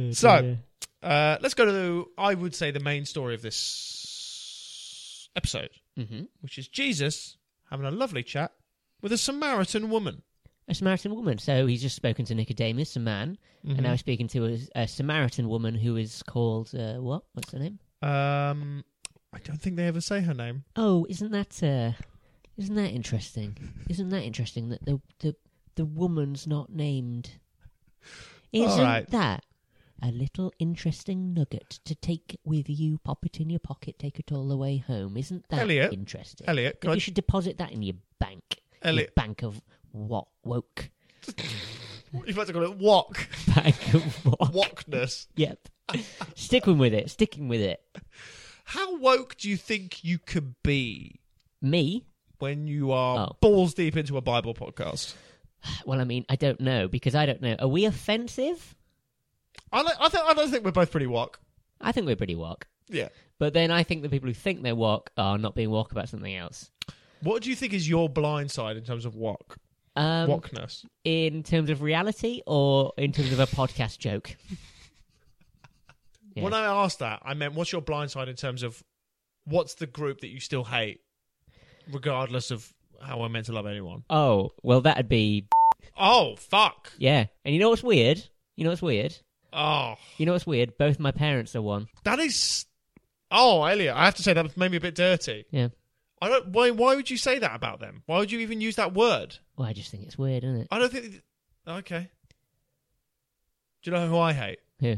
A: Uh,
B: <laughs> So-
A: dear.
B: Uh, let's go to the, I would say the main story of this episode,
A: Mhm.
B: which is Jesus having a lovely chat with a Samaritan woman.
A: a Samaritan woman. So he's just spoken to Nicodemus, a man,
B: Mm-hmm.
A: and now he's speaking to a, a Samaritan woman who is called uh, what? What's her name?
B: Um, I don't think they ever say her name.
A: Oh, isn't that uh, isn't that interesting? Isn't that interesting that the the the woman's not named?
B: All
A: Isn't
B: right.
A: that a little interesting nugget to take with you? Pop it in your pocket, take it all the way home. Isn't that
B: Elliot,
A: interesting?
B: Elliot, can
A: Maybe
B: I-
A: you should deposit that in your bank. Your
B: Elliot.
A: bank of what? Woke <laughs>
B: You've had to call it <laughs> wok,
A: bank of what?
B: wokness.
A: Yep. Sticking with it. Sticking with it.
B: How woke do you think you could be
A: Me?
B: when you are
A: Oh.
B: balls deep into a Bible podcast?
A: Well, I mean, I don't know because I don't know. Are we offensive?
B: I li- I, th- I don't think we're both pretty wok.
A: I think we're pretty walk.
B: Yeah.
A: But then I think the people who think they're walk are not being walk about something else.
B: What do you think is your blind side in terms of wok?
A: Um,
B: wokness.
A: In terms of reality or in terms of a podcast joke? yeah.
B: When I asked that, I meant what's your blind side in terms of what's the group that you still hate, regardless of how I meant to love anyone?
A: Oh, well, that'd be.
B: Oh, fuck.
A: Yeah. And you know what's weird? You know what's weird?
B: Oh,
A: You know what's weird? Both my parents are one.
B: that is. Oh, Elliot, I have to say that made me a bit dirty.
A: Yeah.
B: I don't. Why, why would you say that about them? Why would you even use that word?
A: Well, I just think it's weird, isn't it?
B: I don't think. Okay. Do you know who I hate?
A: Who?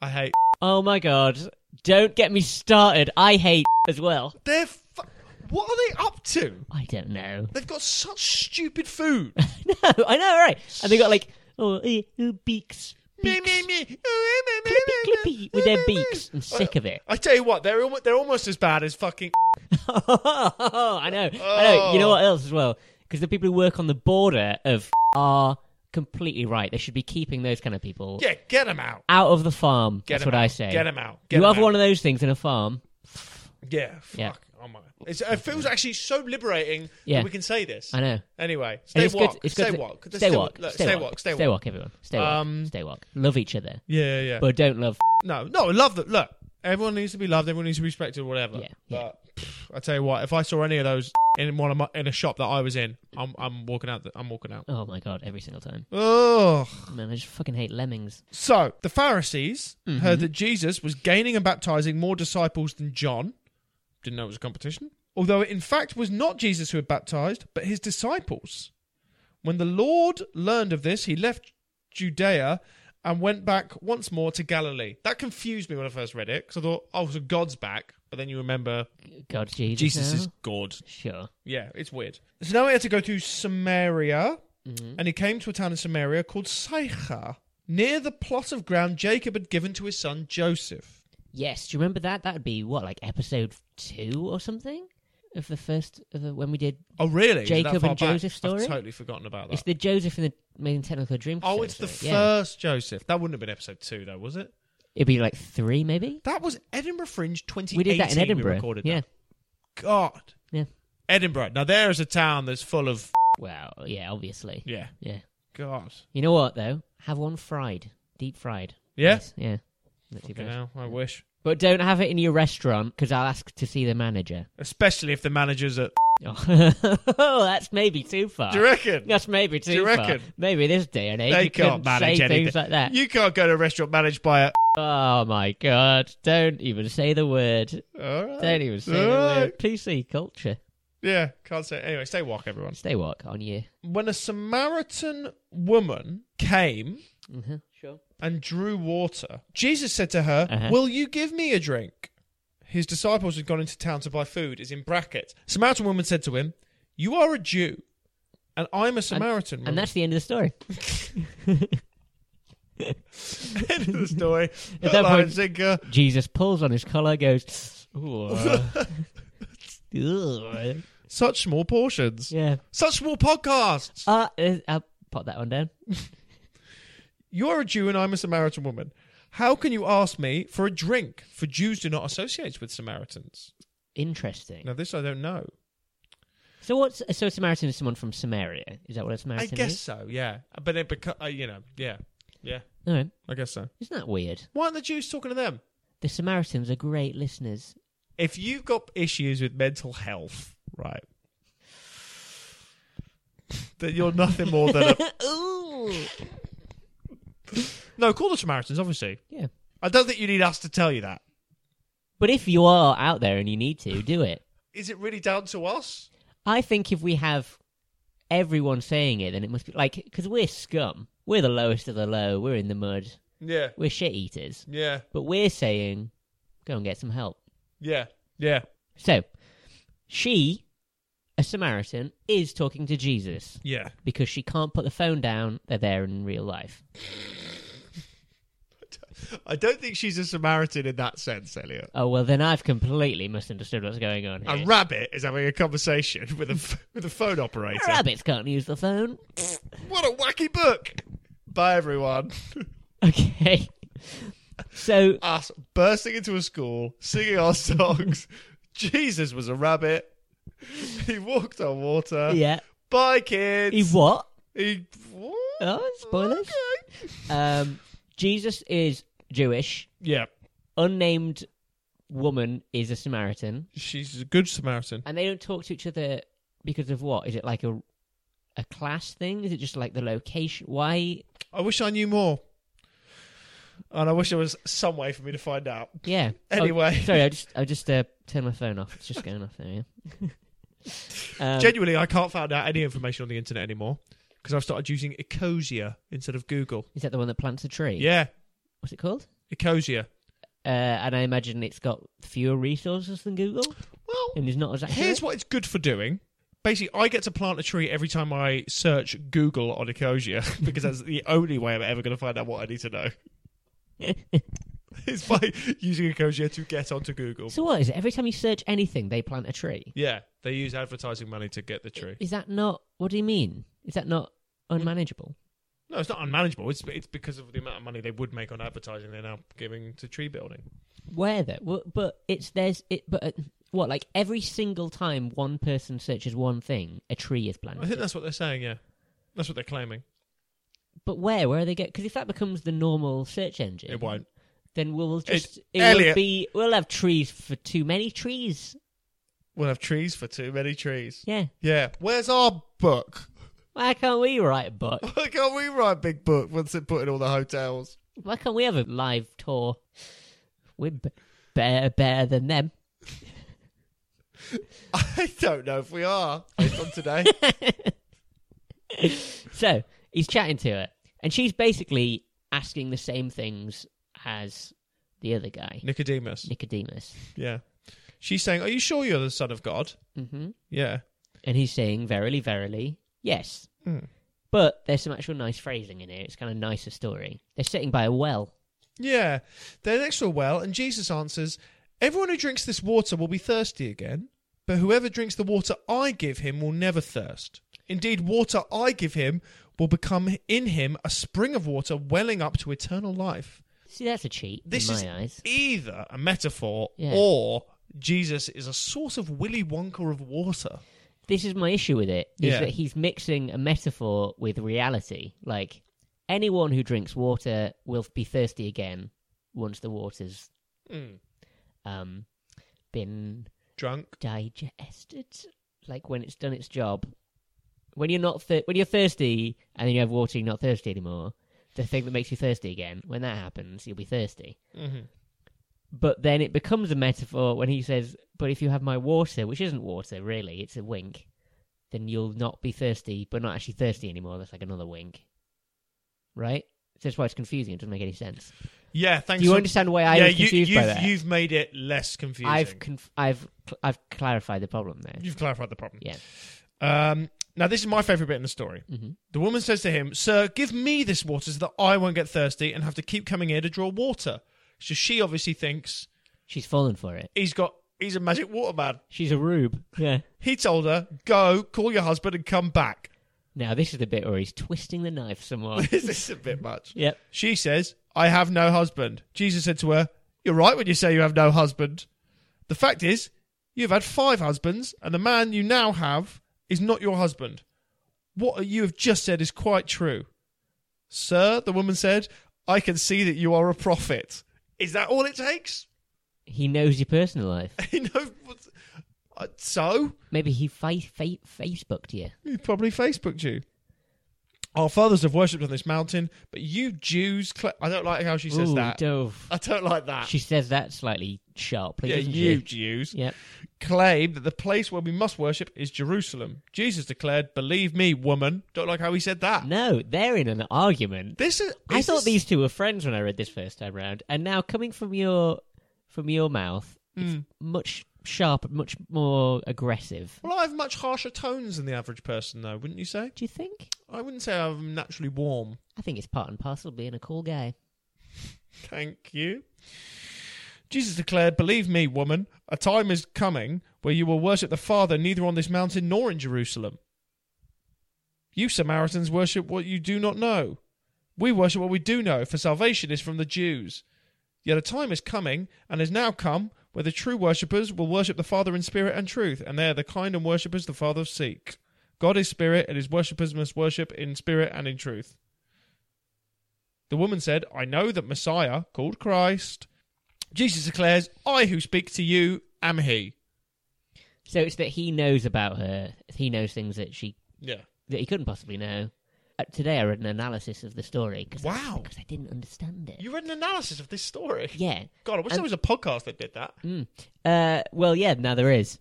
B: I hate.
A: Oh my god. Don't get me started. I hate as well.
B: They're. Fu- what are they up to?
A: I don't know. <laughs>
B: They've got such stupid food.
A: no, I know, right? And they got like oh, eh, oh beaks,
B: Meh,
A: beaks,
B: meh, meh. Oh, eh, meh, meh,
A: clippy,
B: meh,
A: clippy
B: meh.
A: with their
B: Eh, meh, meh.
A: beaks. I'm sick of it.
B: I tell you what, they're almost, they're almost as bad as fucking.
A: <laughs> I know, I know. You know what else as well? Because the people who work on the border of <laughs> are completely right. They should be keeping those kind of people
B: Yeah, get them out.
A: out of the farm.
B: Get
A: That's
B: 'em
A: what
B: out.
A: I say.
B: Get them out. Get
A: you
B: 'em
A: have
B: out.
A: one of those things in a farm.
B: Yeah. Fuck.
A: Yeah.
B: Oh my. It's, it feels actually so liberating
A: Yeah.
B: that we can say this.
A: I know.
B: Anyway,
A: And
B: stay
A: it's good.
B: walk.
A: It's good
B: Stay
A: to-
B: walk. Just
A: Stay walk.
B: Look,
A: Stay walk.
B: walk. Stay
A: Stay
B: walk.
A: walk. Everyone. Stay walk.
B: Um,
A: Stay walk. Love each other,
B: Yeah, yeah.
A: but don't love.
B: no, no. Love that. Look, everyone needs to be loved. Everyone needs to be respected. Whatever.
A: Yeah, yeah.
B: But pff, I tell you what, if I saw any of those in one of my, in a shop that I was in, I'm I'm walking out. The, I'm walking out.
A: Oh my god! Every single time,
B: Ugh.
A: man, I just fucking hate lemmings.
B: So the Pharisees heard that Jesus was gaining and baptizing more disciples than John. Didn't know it was a competition. Although it in fact was not Jesus who had baptized, but his disciples. When the Lord learned of this, he left Judea and went back once more to Galilee. That confused me when I first read it because I thought, oh, so God's back. But then you remember
A: God, Jesus.
B: Jesus
A: now?
B: is God.
A: Sure.
B: Yeah, it's weird. Mm-hmm. So now we had to go to Samaria, and he came to a town in Samaria called Sychar, near the plot of ground Jacob had given to his son Joseph.
A: Yes. Do you remember that? That would be what, like episode two or something of the first of the, when we did.
B: Oh, really? Is it that
A: Jacob
B: far
A: and
B: back?
A: Joseph story?
B: I've totally forgotten about
A: It's
B: that.
A: the Joseph and the Maiden Technical Dream.
B: Oh, it's the
A: episode, Yeah.
B: first Joseph. That wouldn't have been episode two, though, was it?
A: It'd be like three, maybe.
B: That was Edinburgh Fringe 2018.
A: We did that in
B: We
A: Edinburgh.
B: recorded
A: yeah.
B: that. God.
A: Yeah.
B: Edinburgh. Now, there is a town that's full of.
A: Well, yeah, obviously.
B: Yeah.
A: Yeah.
B: God.
A: You know what though? Have one fried, deep fried.
B: Yeah?
A: Nice, Yeah. Not too
B: You
A: bad.
B: know, I wish.
A: But don't have it in your restaurant because I'll ask to see the manager. <laughs>
B: Especially if the manager's at.
A: Oh, that's maybe too far.
B: Do you reckon?
A: That's maybe too
B: you reckon?
A: far. Maybe this day and age
B: They
A: you
B: can't
A: couldn't
B: manage
A: say
B: anything.
A: things like that.
B: You can't go to a restaurant managed by a.
A: Oh my god! Don't even say the word.
B: All right.
A: Don't even say the
B: Alright.
A: word. PC culture.
B: Yeah, can't say. Anyway, stay walk, everyone.
A: Stay walk on you.
B: When a Samaritan woman came,
A: Mhm. Sure.
B: and drew water. Jesus said to her,
A: Uh-huh.
B: Will you give me a drink? His disciples had gone into town to buy food, is in brackets. Samaritan woman said to him, You are a Jew, and I'm a Samaritan
A: And
B: woman.
A: that's the end of the story.
B: <laughs> End of
A: <laughs>
B: the story.
A: At that
B: Line
A: point-
B: sinker.
A: Jesus pulls on his collar, goes, "Ooh, <laughs> uh, ugh."
B: Such small portions.
A: yeah.
B: Such small podcasts.
A: Uh, uh, I'll pop that one down.
B: You are a Jew, and I'm a Samaritan woman. How can you ask me for a drink? For Jews do not associate with Samaritans.
A: Interesting.
B: Now, this I don't know.
A: So what's so a Samaritan is someone from Samaria? Is that what a
B: I
A: Samaritan
B: guess
A: is?
B: so, yeah. But it beca- uh, you know, yeah. Yeah,
A: All right.
B: I guess so.
A: Isn't that weird?
B: Why aren't the Jews talking to them?
A: The Samaritans are great listeners. <coughs>
B: If you've got issues with mental health, right, then you're nothing
A: <laughs>
B: more than a.
A: Ooh.
B: No, call the Samaritans, obviously.
A: Yeah.
B: I don't think you need us to tell you that.
A: But if you are out there and you need to, do it.
B: Is it really down to us?
A: I think if we have everyone saying it, then it must be like because we're scum. We're the lowest of the low. We're in the mud.
B: Yeah,
A: We're shit eaters.
B: yeah,
A: But we're saying, go and get some help.
B: yeah, yeah,
A: So, she, a Samaritan, is talking to Jesus
B: yeah.
A: because she can't put the phone down. They're there in real life.
B: I don't think she's a Samaritan in that sense, Elliot.
A: Oh well, then I've completely misunderstood what's going on here.
B: A rabbit is having a conversation <laughs> with a f- with a phone operator.
A: Rabbits can't use the phone. <laughs>
B: What a wacky book! Bye, everyone.
A: Okay. so
B: us bursting into a school, singing our <laughs> songs. Jesus was a rabbit. He walked on water.
A: yeah,
B: Bye, kids.
A: he what?
B: He-
A: <laughs> Oh, spoilers.
B: Okay.
A: Um, Jesus is Jewish.
B: Yeah,
A: Unnamed woman is a Samaritan,
B: she's a good Samaritan.
A: and they don't talk to each other because of what? Is it like a a class thing? Is it just like the location? Why?
B: I wish I knew more. And I wish there was some way for me to find out.
A: Yeah. Oh,
B: <laughs> Anyway,
A: sorry, I just I just uh, turned my phone off. It's just going off there.
B: <laughs>
A: Yeah. Um,
B: genuinely, I can't find out any information on the internet anymore because I've started using Ecosia instead of Google.
A: is that the one that plants a tree?
B: Yeah,
A: What's it called?
B: Ecosia.
A: Uh, and I imagine it's got fewer resources than Google,
B: Well,
A: and is not as accurate.
B: Here's what it's good for doing. Basically, I get to plant a tree every time I search Google on Ecosia <laughs> because that's the only way I'm ever going to find out what I need to <laughs> know. it's by using Ecosia to get onto
A: <laughs>
B: Google.
A: So what is it? Every time you search anything, they plant a tree.
B: Yeah, they use advertising money to get the tree.
A: Is that not? What do you mean? Is that not
B: Hmm.
A: unmanageable?
B: No, it's not unmanageable. It's it's because of the amount of money they would make on advertising they're now giving to tree building.
A: Where though? Well, but it's there's it. But uh, what? Like every single time one person searches one thing, a tree is
B: I think
A: planted.
B: that's what they're saying. Yeah, that's what they're claiming.
A: But where? Where are they get? Because if that becomes the normal search engine,
B: It won't.
A: Then we'll just it will
B: Elliot.
A: be we'll have trees for too many trees.
B: We'll have trees for too many trees.
A: Yeah.
B: Yeah. Where's our book? <laughs>
A: Why can't we write a book?
B: Why can't we write big book once it put in all the hotels? <laughs>
A: Why can't we have a live tour? We're b- better, better than them. <laughs>
B: I don't know if we are based on today.
A: So he's chatting to her, and she's basically asking the same things as the other guy,
B: <laughs> <laughs> Nicodemus.
A: Nicodemus.
B: Yeah. She's saying, Are you sure you're the son of God? Mm-hmm.
A: hmm
B: Yeah.
A: And he's saying, Verily, verily, yes.
B: Hmm.
A: But there's some actual nice phrasing in here. It's kind of nicer story. They're sitting by a well.
B: Yeah. They're next to a well, and Jesus answers, Everyone who drinks this water will be thirsty again, but whoever drinks the water I give him will never thirst. Indeed, water I give him will become in him a spring of water welling up to eternal life.
A: See, that's a cheat
B: This
A: in my
B: is
A: eyes.
B: either a metaphor
A: Yeah.
B: or Jesus is a source of Willy Wonka of water.
A: This is my issue with it. Is
B: Yeah.
A: that he's mixing a metaphor with reality. Like anyone who drinks water will be thirsty again once the water's
B: Mm.
A: um, been
B: Drunk.
A: digested. Like when it's done its job. When you're not thir- when you're thirsty and then you have water, you're not thirsty anymore. The thing that makes you thirsty again. When that happens, you'll be thirsty.
B: Mm-hmm.
A: But then it becomes a metaphor when he says, "But if you have my water, which isn't water really, it's a wink, then you'll not be thirsty, but not actually thirsty anymore." That's like another wink, right? That's why it's confusing. It doesn't make any sense.
B: Yeah, thanks.
A: Do you
B: for-
A: understand why I
B: yeah,
A: was confused
B: you,
A: by
B: you've-
A: that?
B: You've made it less confusing.
A: I've conf- I've cl- I've clarified the problem there.
B: You've clarified the problem.
A: Yeah.
B: Um, now, this is my favourite bit in the story. The woman says to him, Sir, give me this water so that I won't get thirsty and have to keep coming here to draw water. So she obviously thinks
A: She's fallen for it.
B: he's got. He's a magic water man.
A: She's a rube. Yeah.
B: He told her, go, call your husband and come back. <laughs>
A: Now this is the bit where he's twisting the knife somewhat.
B: Is this a bit much?
A: yep.
B: She says, I have no husband. Jesus said to her, You're right when you say you have no husband. The fact is, you've had five husbands, and the man you now have is not your husband. What you have just said is quite true. Sir, the woman said, I can see that you are a prophet. Is that all it takes? <laughs>
A: He knows your personal life.
B: you know, what- uh, so?
A: Maybe he fa- fa- Facebooked you.
B: He probably Facebooked you. Our fathers have worshipped on this mountain, but you Jews. Cl- I don't like how she says
A: Ooh,
B: that.
A: dove.
B: I don't like that.
A: She says that slightly sharply.
B: yeah,
A: doesn't
B: you
A: She?
B: Jews
A: Yep.
B: claim that the place where we must worship is Jerusalem. Jesus declared, "Believe me, woman." Don't like how he said that.
A: No, they're in an argument.
B: This is.
A: I
B: is
A: thought
B: this-
A: these two were friends when I read this first time round, and now coming from your from your mouth,
B: Hmm.
A: it's much sharper, much more aggressive.
B: Well, I have much harsher tones than the average person, though, wouldn't you say?
A: Do you think?
B: I wouldn't say I'm naturally warm.
A: I think it's part and parcel of being a cool guy.
B: Thank you. Jesus declared, Believe me, woman, a time is coming where you will worship the Father neither on this mountain nor in Jerusalem. You Samaritans worship what you do not know. We worship what we do know, for salvation is from the Jews. Yet a time is coming, and has now come, where the true worshippers will worship the Father in spirit and truth, and they are the kind of worshippers the Father seek. God is spirit, and his worshippers must worship in spirit and in truth. The woman said, I know that Messiah, called Christ, Jesus declares, I who speak to you am he.
A: So it's that he knows about her. He knows things that she
B: Yeah.
A: that he couldn't possibly know. Uh, today I read an analysis of the story because
B: Wow.
A: I didn't understand it.
B: You read an analysis of this story.
A: Yeah.
B: God, I wish
A: And-
B: there was a podcast that did that.
A: Mm. Uh, well, yeah, now there is.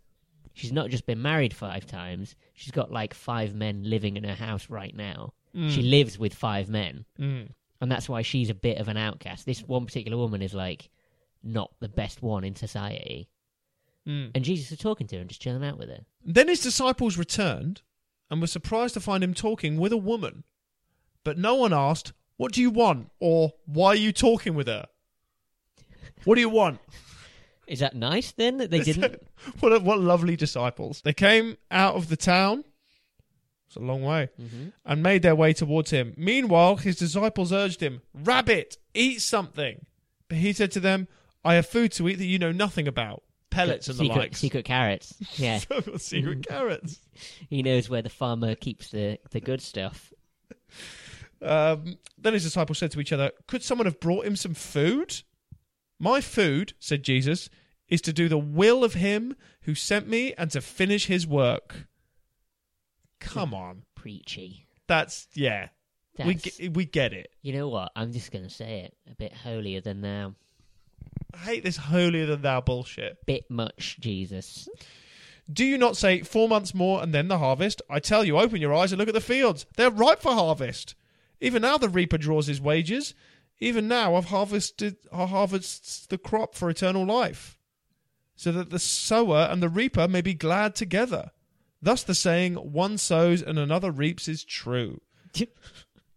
A: She's not just been married five times. She's got like five men living in her house right now.
B: Hmm.
A: She lives with five men.
B: Mm.
A: And that's why she's a bit of an outcast. This one particular woman is like not the best one in society.
B: Mm.
A: And Jesus is talking to her and just chilling out with her.
B: Then his disciples returned and were surprised to find him talking with a woman. But no one asked, What do you want? or Why are you talking with her? What do you want?
A: Is that nice then
B: <laughs>
A: that they didn't?
B: what, a- what lovely disciples. They came out of the town. It's a long way.
A: Mm-hmm.
B: And made their way towards him. Meanwhile, his disciples urged him, Rabbit, eat something. But he said to them, I have food to eat that you know nothing about. Pellets and the
A: secret,
B: <laughs>
A: Mm.
B: likes.
A: secret carrots. Yeah.
B: Secret carrots.
A: he knows where the farmer keeps the, the good stuff.
B: Um, then his disciples said to each other, Could someone have brought him some food? My food, said Jesus, is to do the will of him who sent me and to finish his work.
A: Hmm.
B: Come on.
A: Preachy.
B: That's, yeah. We,
A: That's,
B: ge- we get it.
A: you know what? I'm just going to say it a bit holier than thou.
B: I hate this holier than thou bullshit.
A: Bit much, Jesus.
B: Do you not say four months more and then the harvest? I tell you, open your eyes and look at the fields. They're ripe for harvest. Even now the reaper draws his wages. Even now I've harvested I harvests the crop for eternal life, so that the sower and the reaper may be glad together. Thus the saying, one sows and another reaps is true.
A: <laughs>
B: <laughs>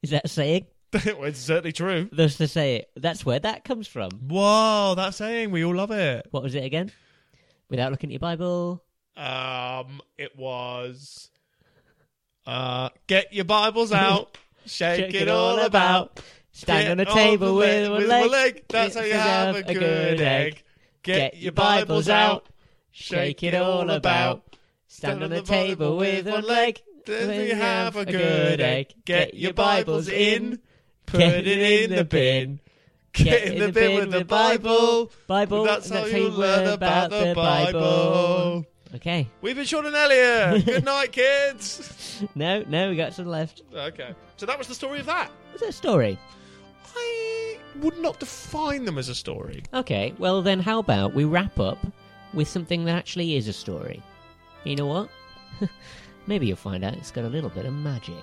A: Is that a saying?
B: Well, it's certainly true.
A: Thus to say it. That's where that comes from.
B: Whoa, that saying, we all love it.
A: What was it again? Without looking at your Bible.
B: Um, it was. Uh, get your Bibles <laughs> out, shake,
A: Check
B: it, all about.
A: Stand
B: Get
A: on a table with one leg.
B: That's how you have a good egg. Get, your Bibles out,
A: Shake it all about. Stand on a table with one leg.
B: Then you have a good egg. Get your Bibles in, put it in the bin. Get in the bin with the Bible.
A: Bible.
B: That's
A: and
B: how you learn about the <laughs> Bible.
A: Okay.
B: We've been Sean and Elliot. <laughs> Good night, kids.
A: No, no, we got some left.
B: Okay, so that was the story of that.
A: Was that a story?
B: I would not define them as a story.
A: Okay, well then, how about we wrap up with something that actually is a story? You know what? <laughs> Maybe you'll find out it's got a little bit of magic.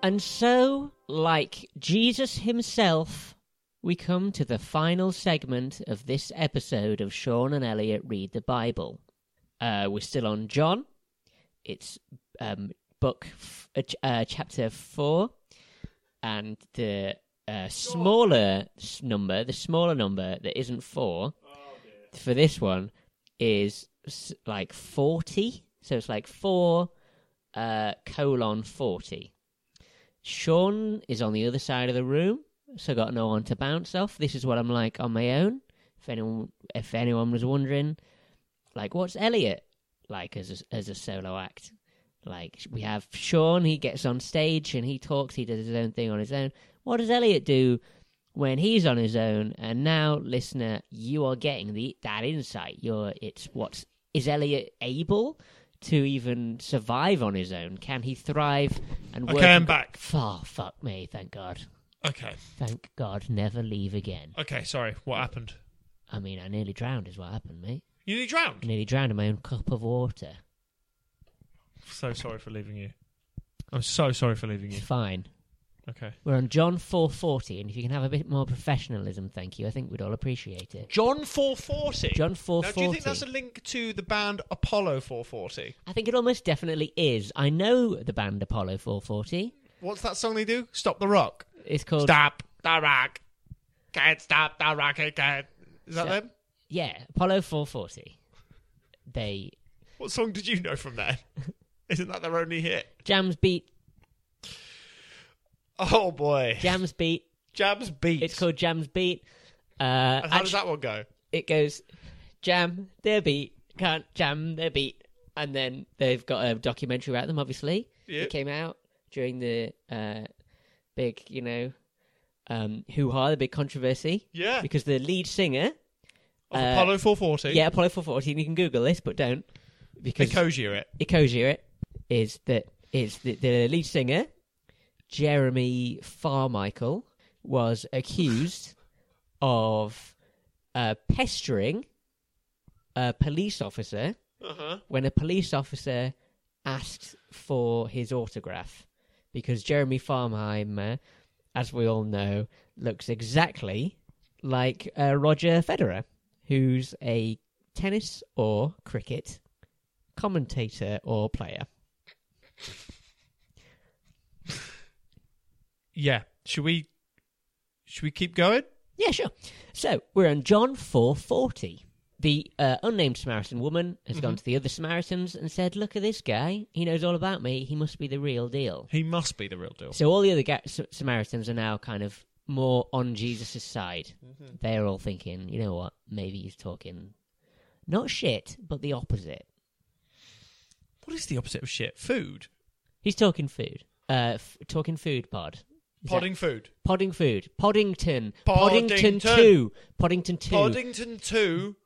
A: And so, like Jesus himself, we come to the final segment of this episode of Sean and Elliot Read the Bible. Uh, we're still on John. It's um, book, f- uh, ch- uh, chapter 4. And the uh, smaller s- number, the smaller number that isn't 4 for this one is s- like 40. So it's like 4 uh, colon 40. Sean is on the other side of the room, so got no one to bounce off. This is what I'm like on my own. If anyone, if anyone was wondering, like, what's Elliot like as a, as a solo act? Like, we have Sean. He gets on stage and he talks. He does his own thing on his own. What does Elliot do when he's on his own? And now, listener, you are getting the that insight. You're it's what's is Elliot able to even survive on his own? Can he thrive and work?
B: Okay, I'm
A: in-
B: back.
A: Oh, fuck me. Thank God.
B: Okay.
A: Thank God. Never leave again.
B: Okay. Sorry. What happened?
A: I mean, I nearly drowned, is what happened, mate.
B: You nearly
A: I
B: drowned.
A: nearly drowned in my own cup of water.
B: So sorry for leaving you. I'm so sorry for leaving you.
A: It's fine.
B: Okay.
A: We're on John 440, and if you can have a bit more professionalism, thank you. I think we'd all appreciate it.
B: John 440.
A: John
B: Now, do you think
A: 440.
B: that's a link to the band Apollo 440?
A: I think it almost definitely is. I know the band Apollo 440.
B: What's that song they do? Stop the rock.
A: It's called.
B: Stop the rock. Can't stop the rock again. Is that
A: Stop.
B: them?
A: Yeah, Apollo 440. They.
B: What song did you know from there? <laughs> Isn't that their only hit?
A: Jams beat.
B: Oh boy.
A: Jams beat.
B: Jab's beat.
A: It's called Jams beat. Uh,
B: And how does that one go?
A: it goes jam their beat can't jam their beat and then they've got a documentary about them obviously
B: Yep.
A: it came out during the uh, big you know um, hoo-ha the big controversy
B: Yeah.
A: because the lead singer
B: Of
A: uh,
B: Apollo 440.
A: yeah apollo 414 you can google this but don't
B: They
A: because
B: Koji it.
A: Ecosia it is that is the, the lead singer Jeremy Farmichael was accused of uh, pestering a police officer
B: Uh huh.
A: when a police officer asked for his autograph because Jeremy Farmheimer, as we all know, looks exactly like uh, Roger Federer, who's a tennis or cricket commentator or player.
B: Yeah. Should we? Should we keep going?
A: Yeah, sure. So we're on John four forty. The uh, unnamed Samaritan woman has gone to the other Samaritans and said, "Look at this guy. He knows all about me. He must be the real deal."
B: He must be the real deal.
A: So all the other Ga- S- Samaritans are now kind of more on Jesus' side.
B: Mm-hmm.
A: They're all thinking, you know what? Maybe he's talking not shit, but the opposite.
B: What is the opposite of shit? Food.
A: He's talking food. Uh, f- talking food pod. Is that-
B: Podding food.
A: Podding food. Poddington.
B: Poddington.
A: Poddington two. Poddington two.
B: Poddington Two.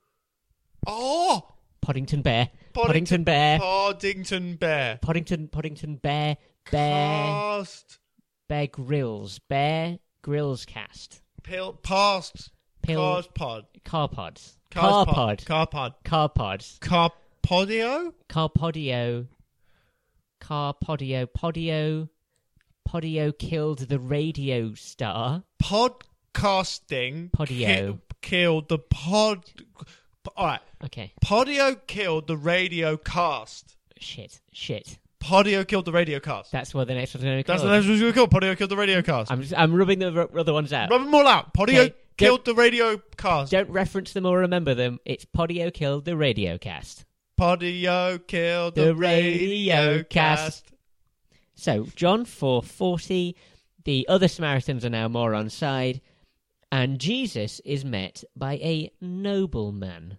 B: Oh,
A: Poddington bear.
B: Poddington-
A: Poddington bear.
B: Poddington Bear.
A: Poddington, Poddington Bear, Bear,
B: Past.
A: Bear Grills, Bear Grills Cast,
B: Pill. Past.
A: Pill-
B: Cars pod.
A: Car Pods,
B: Cars
A: Car Pod,
B: Car pod.
A: Car Pods,
B: Car podio.
A: Car Podio, Car Podio, Podio, Podio killed the radio star.
B: Podcasting.
A: Podio.
B: ki- killed the pod. All right.
A: Okay,
B: Podio killed the radio cast.
A: shit, shit.
B: Podio killed the radio cast.
A: That's what the next one's going to
B: That's
A: call.
B: the name we call Podio killed the radio cast.
A: I'm just, I'm rubbing the r- other ones out.
B: Rub them all out. Podio
A: Okay,
B: killed the radio cast.
A: Don't reference them or remember them. It's Podio killed the radio cast.
B: Podio killed the,
A: The radio
B: radio
A: cast.
B: cast.
A: So John four forty, the other Samaritans are now more on side, and Jesus is met by a nobleman.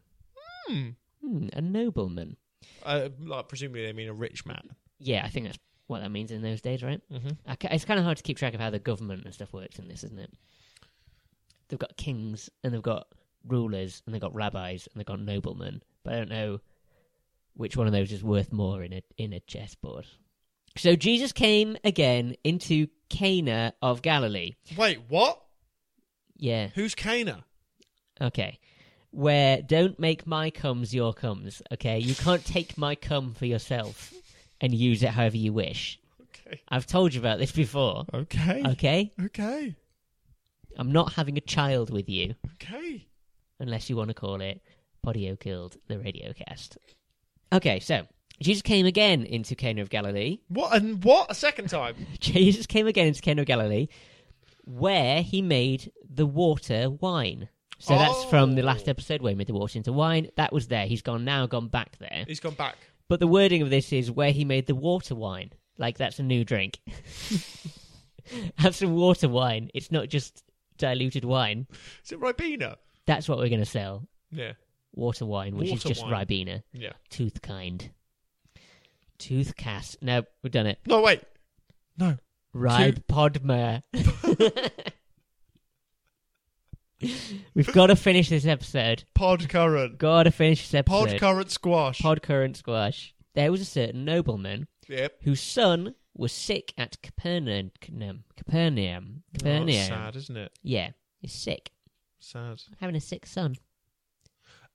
A: Hmm. a nobleman.
B: Uh, like presumably they mean a rich man.
A: Yeah, I think that's what that means in those days, right? Mm-hmm. It's kind of hard to keep track of how the government and stuff works in this, isn't it? They've got kings and they've got rulers and they've got rabbis and they've got noblemen, but I don't know which one of those is worth more in a in a chessboard. So Jesus came again into Cana of Galilee.
B: Wait, what?
A: Yeah.
B: Who's Cana?
A: Okay. Where don't make my cums your cums, okay? You can't take my cum for yourself and use it however you wish.
B: Okay. Okay.
A: I've told you about this before.
B: Okay.
A: Okay?
B: Okay.
A: I'm not having a child with you
B: Okay.
A: unless you want to call it Podio killed the radiocast. Okay, so Jesus came again into Cana of Galilee. <laughs>
B: What and what a second time.
A: Jesus came again into Cana of Galilee, where he made the water wine. So that's from the last
B: Oh.
A: episode where he made the water into wine. That was there. He's gone now, gone back there.
B: He's gone back.
A: But the wording of this is where he made the water wine. Like that's a new drink. <laughs> Have some water wine. It's not just diluted wine.
B: Is it Ribena?
A: That's what we're going to sell.
B: Yeah.
A: Water wine, which is
B: Water
A: just
B: wine.
A: Ribena.
B: Yeah.
A: Tooth kind. Tooth cast. No, we've done it.
B: No, wait. No.
A: Ride Podmer. <laughs> we've got to finish this episode.
B: Pod current.
A: Got to finish this
B: Pod
A: episode.
B: current squash.
A: Pod current squash. There was a certain nobleman
B: Yep.
A: whose son was sick at Capernaum. Capernaum. Capernaum.
B: Oh, it's
A: Capernaum.
B: sad, isn't it?
A: Yeah, he's sick.
B: Sad.
A: Having a sick son.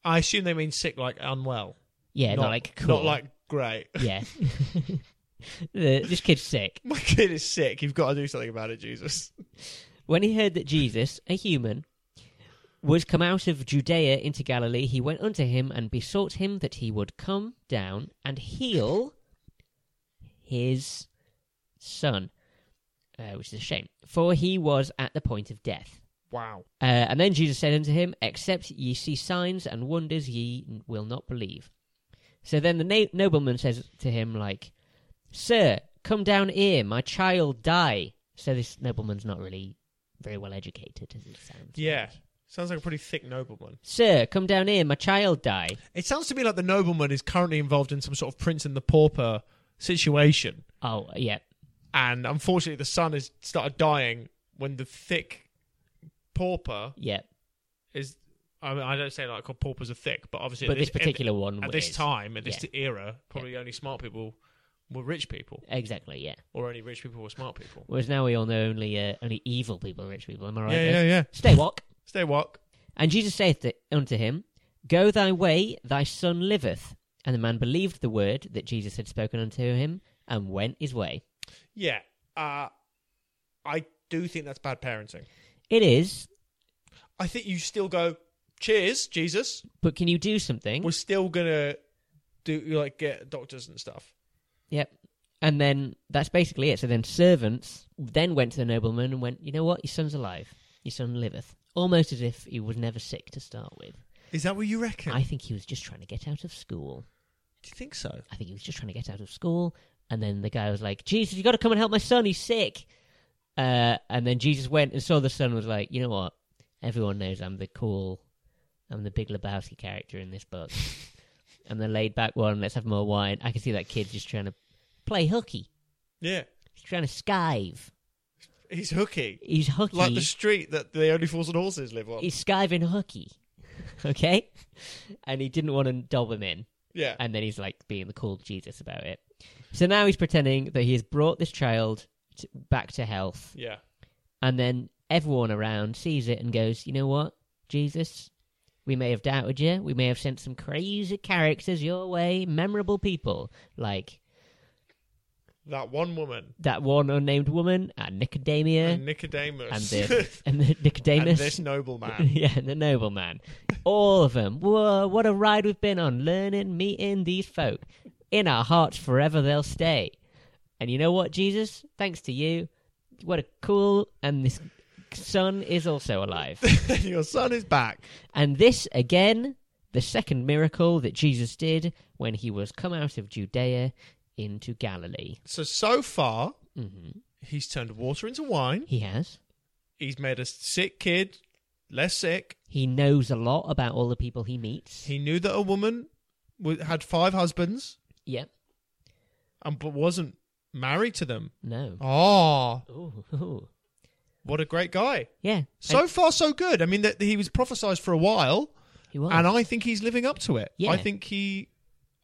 B: I assume they mean sick, like unwell.
A: Yeah, not, like cool.
B: Not like great. <laughs>
A: yeah. <laughs> The- this kid's sick.
B: My kid is sick. You've got to do something about it, Jesus.
A: When he heard that Jesus, a human, was come out of Judea into Galilee, he went unto him and besought him that he would come down and heal his son, uh, which is a shame, for he was at the point of death.
B: Wow.
A: Uh, and then Jesus said unto him, Except ye see signs and wonders, ye n- will not believe. So then the na- nobleman says to him, like, Sir, come down here, my child die. So this nobleman's not really very well educated, as it sounds.
B: Yeah.
A: like.
B: Sounds like a pretty thick nobleman.
A: Sir, come down here, my child die.
B: It sounds to me like the nobleman is currently involved in some sort of prince and the pauper situation.
A: Oh, yeah.
B: And unfortunately, the son has started dying when the thick pauper
A: Yeah.
B: is. I mean, I don't say like paupers are thick, but obviously,
A: But
B: at
A: this
B: at-
A: particular one was.
B: at, this time, at this era, probably only smart people were rich people,
A: Exactly, yeah.
B: or only rich people were smart people.
A: Whereas now we all know only uh, only evil people are rich people. Am I right? guys?
B: yeah.
A: Stay walk.
B: Stay walk.
A: And Jesus saith th- unto him, Go thy way, thy son liveth. And the man believed the word that Jesus had spoken unto him, and went his way.
B: Yeah, uh, I do think that's bad parenting.
A: It is,
B: I think you still go, cheers, Jesus.
A: but can you do something?
B: We're still gonna do like get doctors and stuff.
A: Yep. And then that's basically it. So then servants then went to the nobleman and went, You know what? Your son's alive. Your son liveth. Almost as if he was never sick to start with.
B: Is that what you reckon?
A: I think he was just trying to get out of school.
B: do you think so?
A: I think he was just trying to get out of school. And then the guy was like, Jesus, you got to come and help my son. He's sick. Uh, and then Jesus went and saw the son and was like, you know what? Everyone knows I'm the cool, I'm the big Lebowski character in this
B: <laughs>
A: book. I'm the laid back one. Let's have more wine. I can see that kid just trying to play hooky.
B: Yeah,
A: He's trying to skive.
B: he's hooky,
A: He's hooky.
B: like the street that the only fools and horses live on.
A: He's skiving hooky. <laughs> okay? And he didn't want to dob him in.
B: yeah,
A: and then he's like being the cool Jesus about it. So now he's pretending that he has brought this child to, back to health,
B: yeah.
A: and then everyone around sees it and goes, "You know what, Jesus? We may have doubted you. We may have sent some crazy characters your way, memorable people like
B: That one woman
A: that one unnamed woman and Nicodemia
B: and Nicodemus <laughs>
A: and the and the Nicodemus
B: and this
A: <laughs>
B: nobleman. <laughs>
A: yeah, and the nobleman. All of them. Whoa, what a ride we've been on, learning, meeting these folk. In our hearts forever they'll stay. And you know what, Jesus? Thanks to you, what a cool and this son is also alive.
B: <laughs> Your son is back.
A: and this again, the second miracle that Jesus did when he was come out of Judea into Galilee.
B: So so far,
A: hmm
B: he's turned water into wine.
A: He has.
B: He's made a sick kid less sick.
A: He knows a lot about all the people he meets.
B: He knew that a woman w- had five husbands
A: yep.
B: and but wasn't married to them.
A: No.
B: Oh,
A: Ooh, ooh.
B: what a great guy!
A: Yeah.
B: So
A: And
B: far, so good. I mean, that he was prophesized for a while,
A: he was.
B: and I think he's living up to it.
A: Yeah.
B: I think he.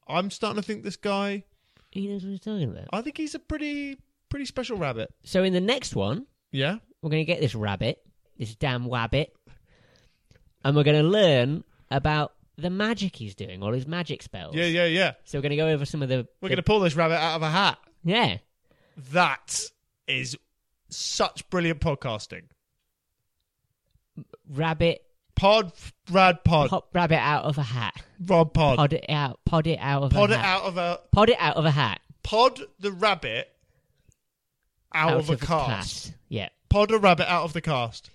B: I'm starting to think this guy.
A: He knows what he's talking about.
B: I think he's a pretty pretty special rabbit.
A: So in the next one,
B: Yeah.
A: we're going to get this rabbit, this damn wabbit, and we're going to learn about the magic he's doing, all his magic spells.
B: Yeah, yeah, yeah.
A: So we're going to go over some of the.
B: We're
A: the-
B: gonna pull this rabbit out of a hat.
A: Yeah.
B: That is such brilliant podcasting.
A: Rabbit,
B: Pod, rad, pod,
A: pop rabbit out of a hat.
B: rod, pod.
A: Pod it out. Pod it out of
B: pod
A: a
B: it
A: hat.
B: out of a
A: Pod it out of a hat.
B: pod the rabbit out, of, a
A: its
B: cast.
A: cast. Yeah.
B: Pod a rabbit out of the cast.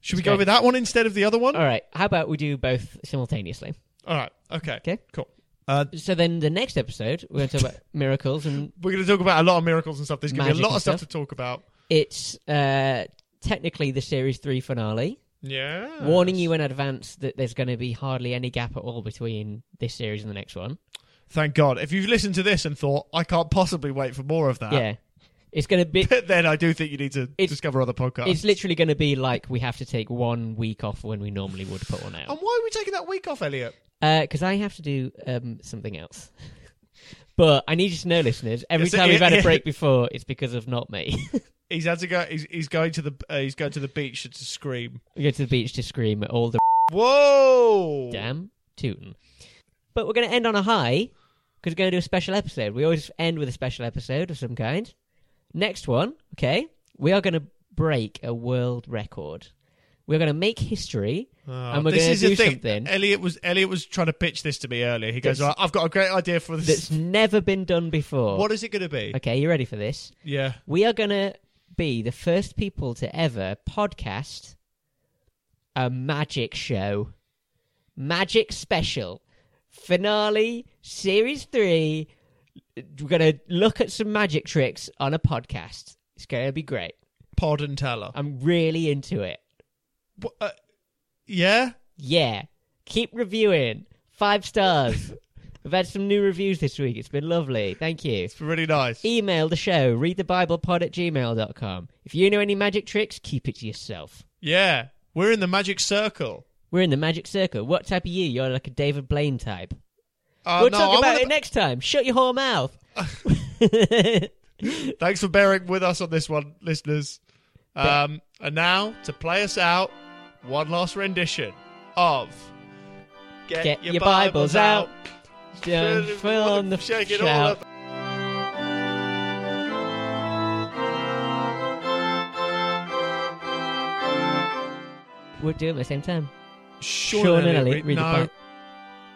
B: Should we
A: Okay. Uh,
B: go with that one instead of the other one?
A: All right. How about we do both simultaneously?
B: All right. Okay.
A: Okay.
B: Cool. Uh,
A: So then the next episode, we're going to
B: <laughs>
A: talk about miracles, and
B: we're going to talk about a lot of miracles and stuff. There's going to be
A: Magic
B: a lot
A: and
B: of stuff,
A: stuff.
B: to talk about.
A: it's uh, technically the series three finale.
B: Yeah.
A: Warning you in advance that there's going to be hardly any gap at all between this series and the next one.
B: Thank God. If you've listened to this and thought, I can't possibly wait for more of that, <laughs>
A: yeah. It's going to be.
B: then I do think you need to
A: It's-
B: discover other podcasts.
A: It's literally going to be like we have to take one week off when we normally would put one out.
B: and why are we taking that week off, Elliot?
A: because I have to do um, something else. <laughs> but I need you to know, listeners, every
B: Yes,
A: time we've
B: yeah,
A: had a
B: yeah.
A: break before, it's because of not me. <laughs>
B: He's had to go. He's, he's going to the. Uh, he's going to the beach to scream.
A: we go to the beach to scream at all the
B: Whoa!
A: damn tootin'. But we're going to end on a high because we're going to do a special episode. We always end with a special episode of some kind. Next one, okay, we are going to break a world record. We're going to make history.
B: Oh,
A: And we're
B: this
A: gonna
B: is
A: do
B: the thing.
A: something.
B: Elliot was Elliot was trying to pitch this to me earlier. He goes,
A: That's-
B: "Right, "I've got a great idea for
A: That's
B: <laughs> this.
A: never been done before.
B: What is it going to be?"
A: Okay, you ready for this?
B: Yeah.
A: We are going to be the first people to ever podcast a magic show, magic special, finale, series three. We're going to look at some magic tricks on a podcast. It's going to be great.
B: Pod and teller.
A: I'm really into it.
B: Wha- uh, yeah.
A: Yeah. Keep reviewing. Five stars. <laughs> We've had some new reviews this week. It's been lovely. Thank you.
B: It's really nice.
A: Email the show, readthebiblepod at gmail.com. If you know any magic tricks, keep it to yourself.
B: Yeah. We're in the magic circle.
A: We're in the magic circle. What type are you? You're like a David Blaine type.
B: Uh,
A: we'll
B: no,
A: talk
B: I
A: about
B: wanna-
A: it next time. Shut your whore
B: <laughs>
A: mouth.
B: Thanks for bearing with us on this one, listeners. Um, and now, to play us out, one last rendition of Get,
A: Get your Bibles out. Don't fill on the
B: Shake it all
A: shout.
B: up.
A: We're doing it at the same time.
B: Sean,
A: Sean
B: and
A: and
B: Elliot,
A: Elliot
B: read,
A: read the
B: no.
A: Bi-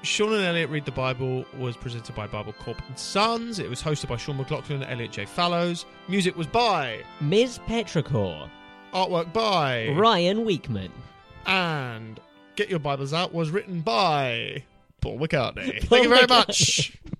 B: Sean and Elliot Read the Bible was presented by Bible Corp and Sons. It was hosted by Sean McLaughlin and Elliot J. Fallows. Music was by,
A: Ms. Petrichor,
B: artwork by,
A: Ryan Weekman,
B: and Get Your Bibles Out was written by Paul McCartney.
A: Paul
B: Thank you very
A: McCartney.
B: much.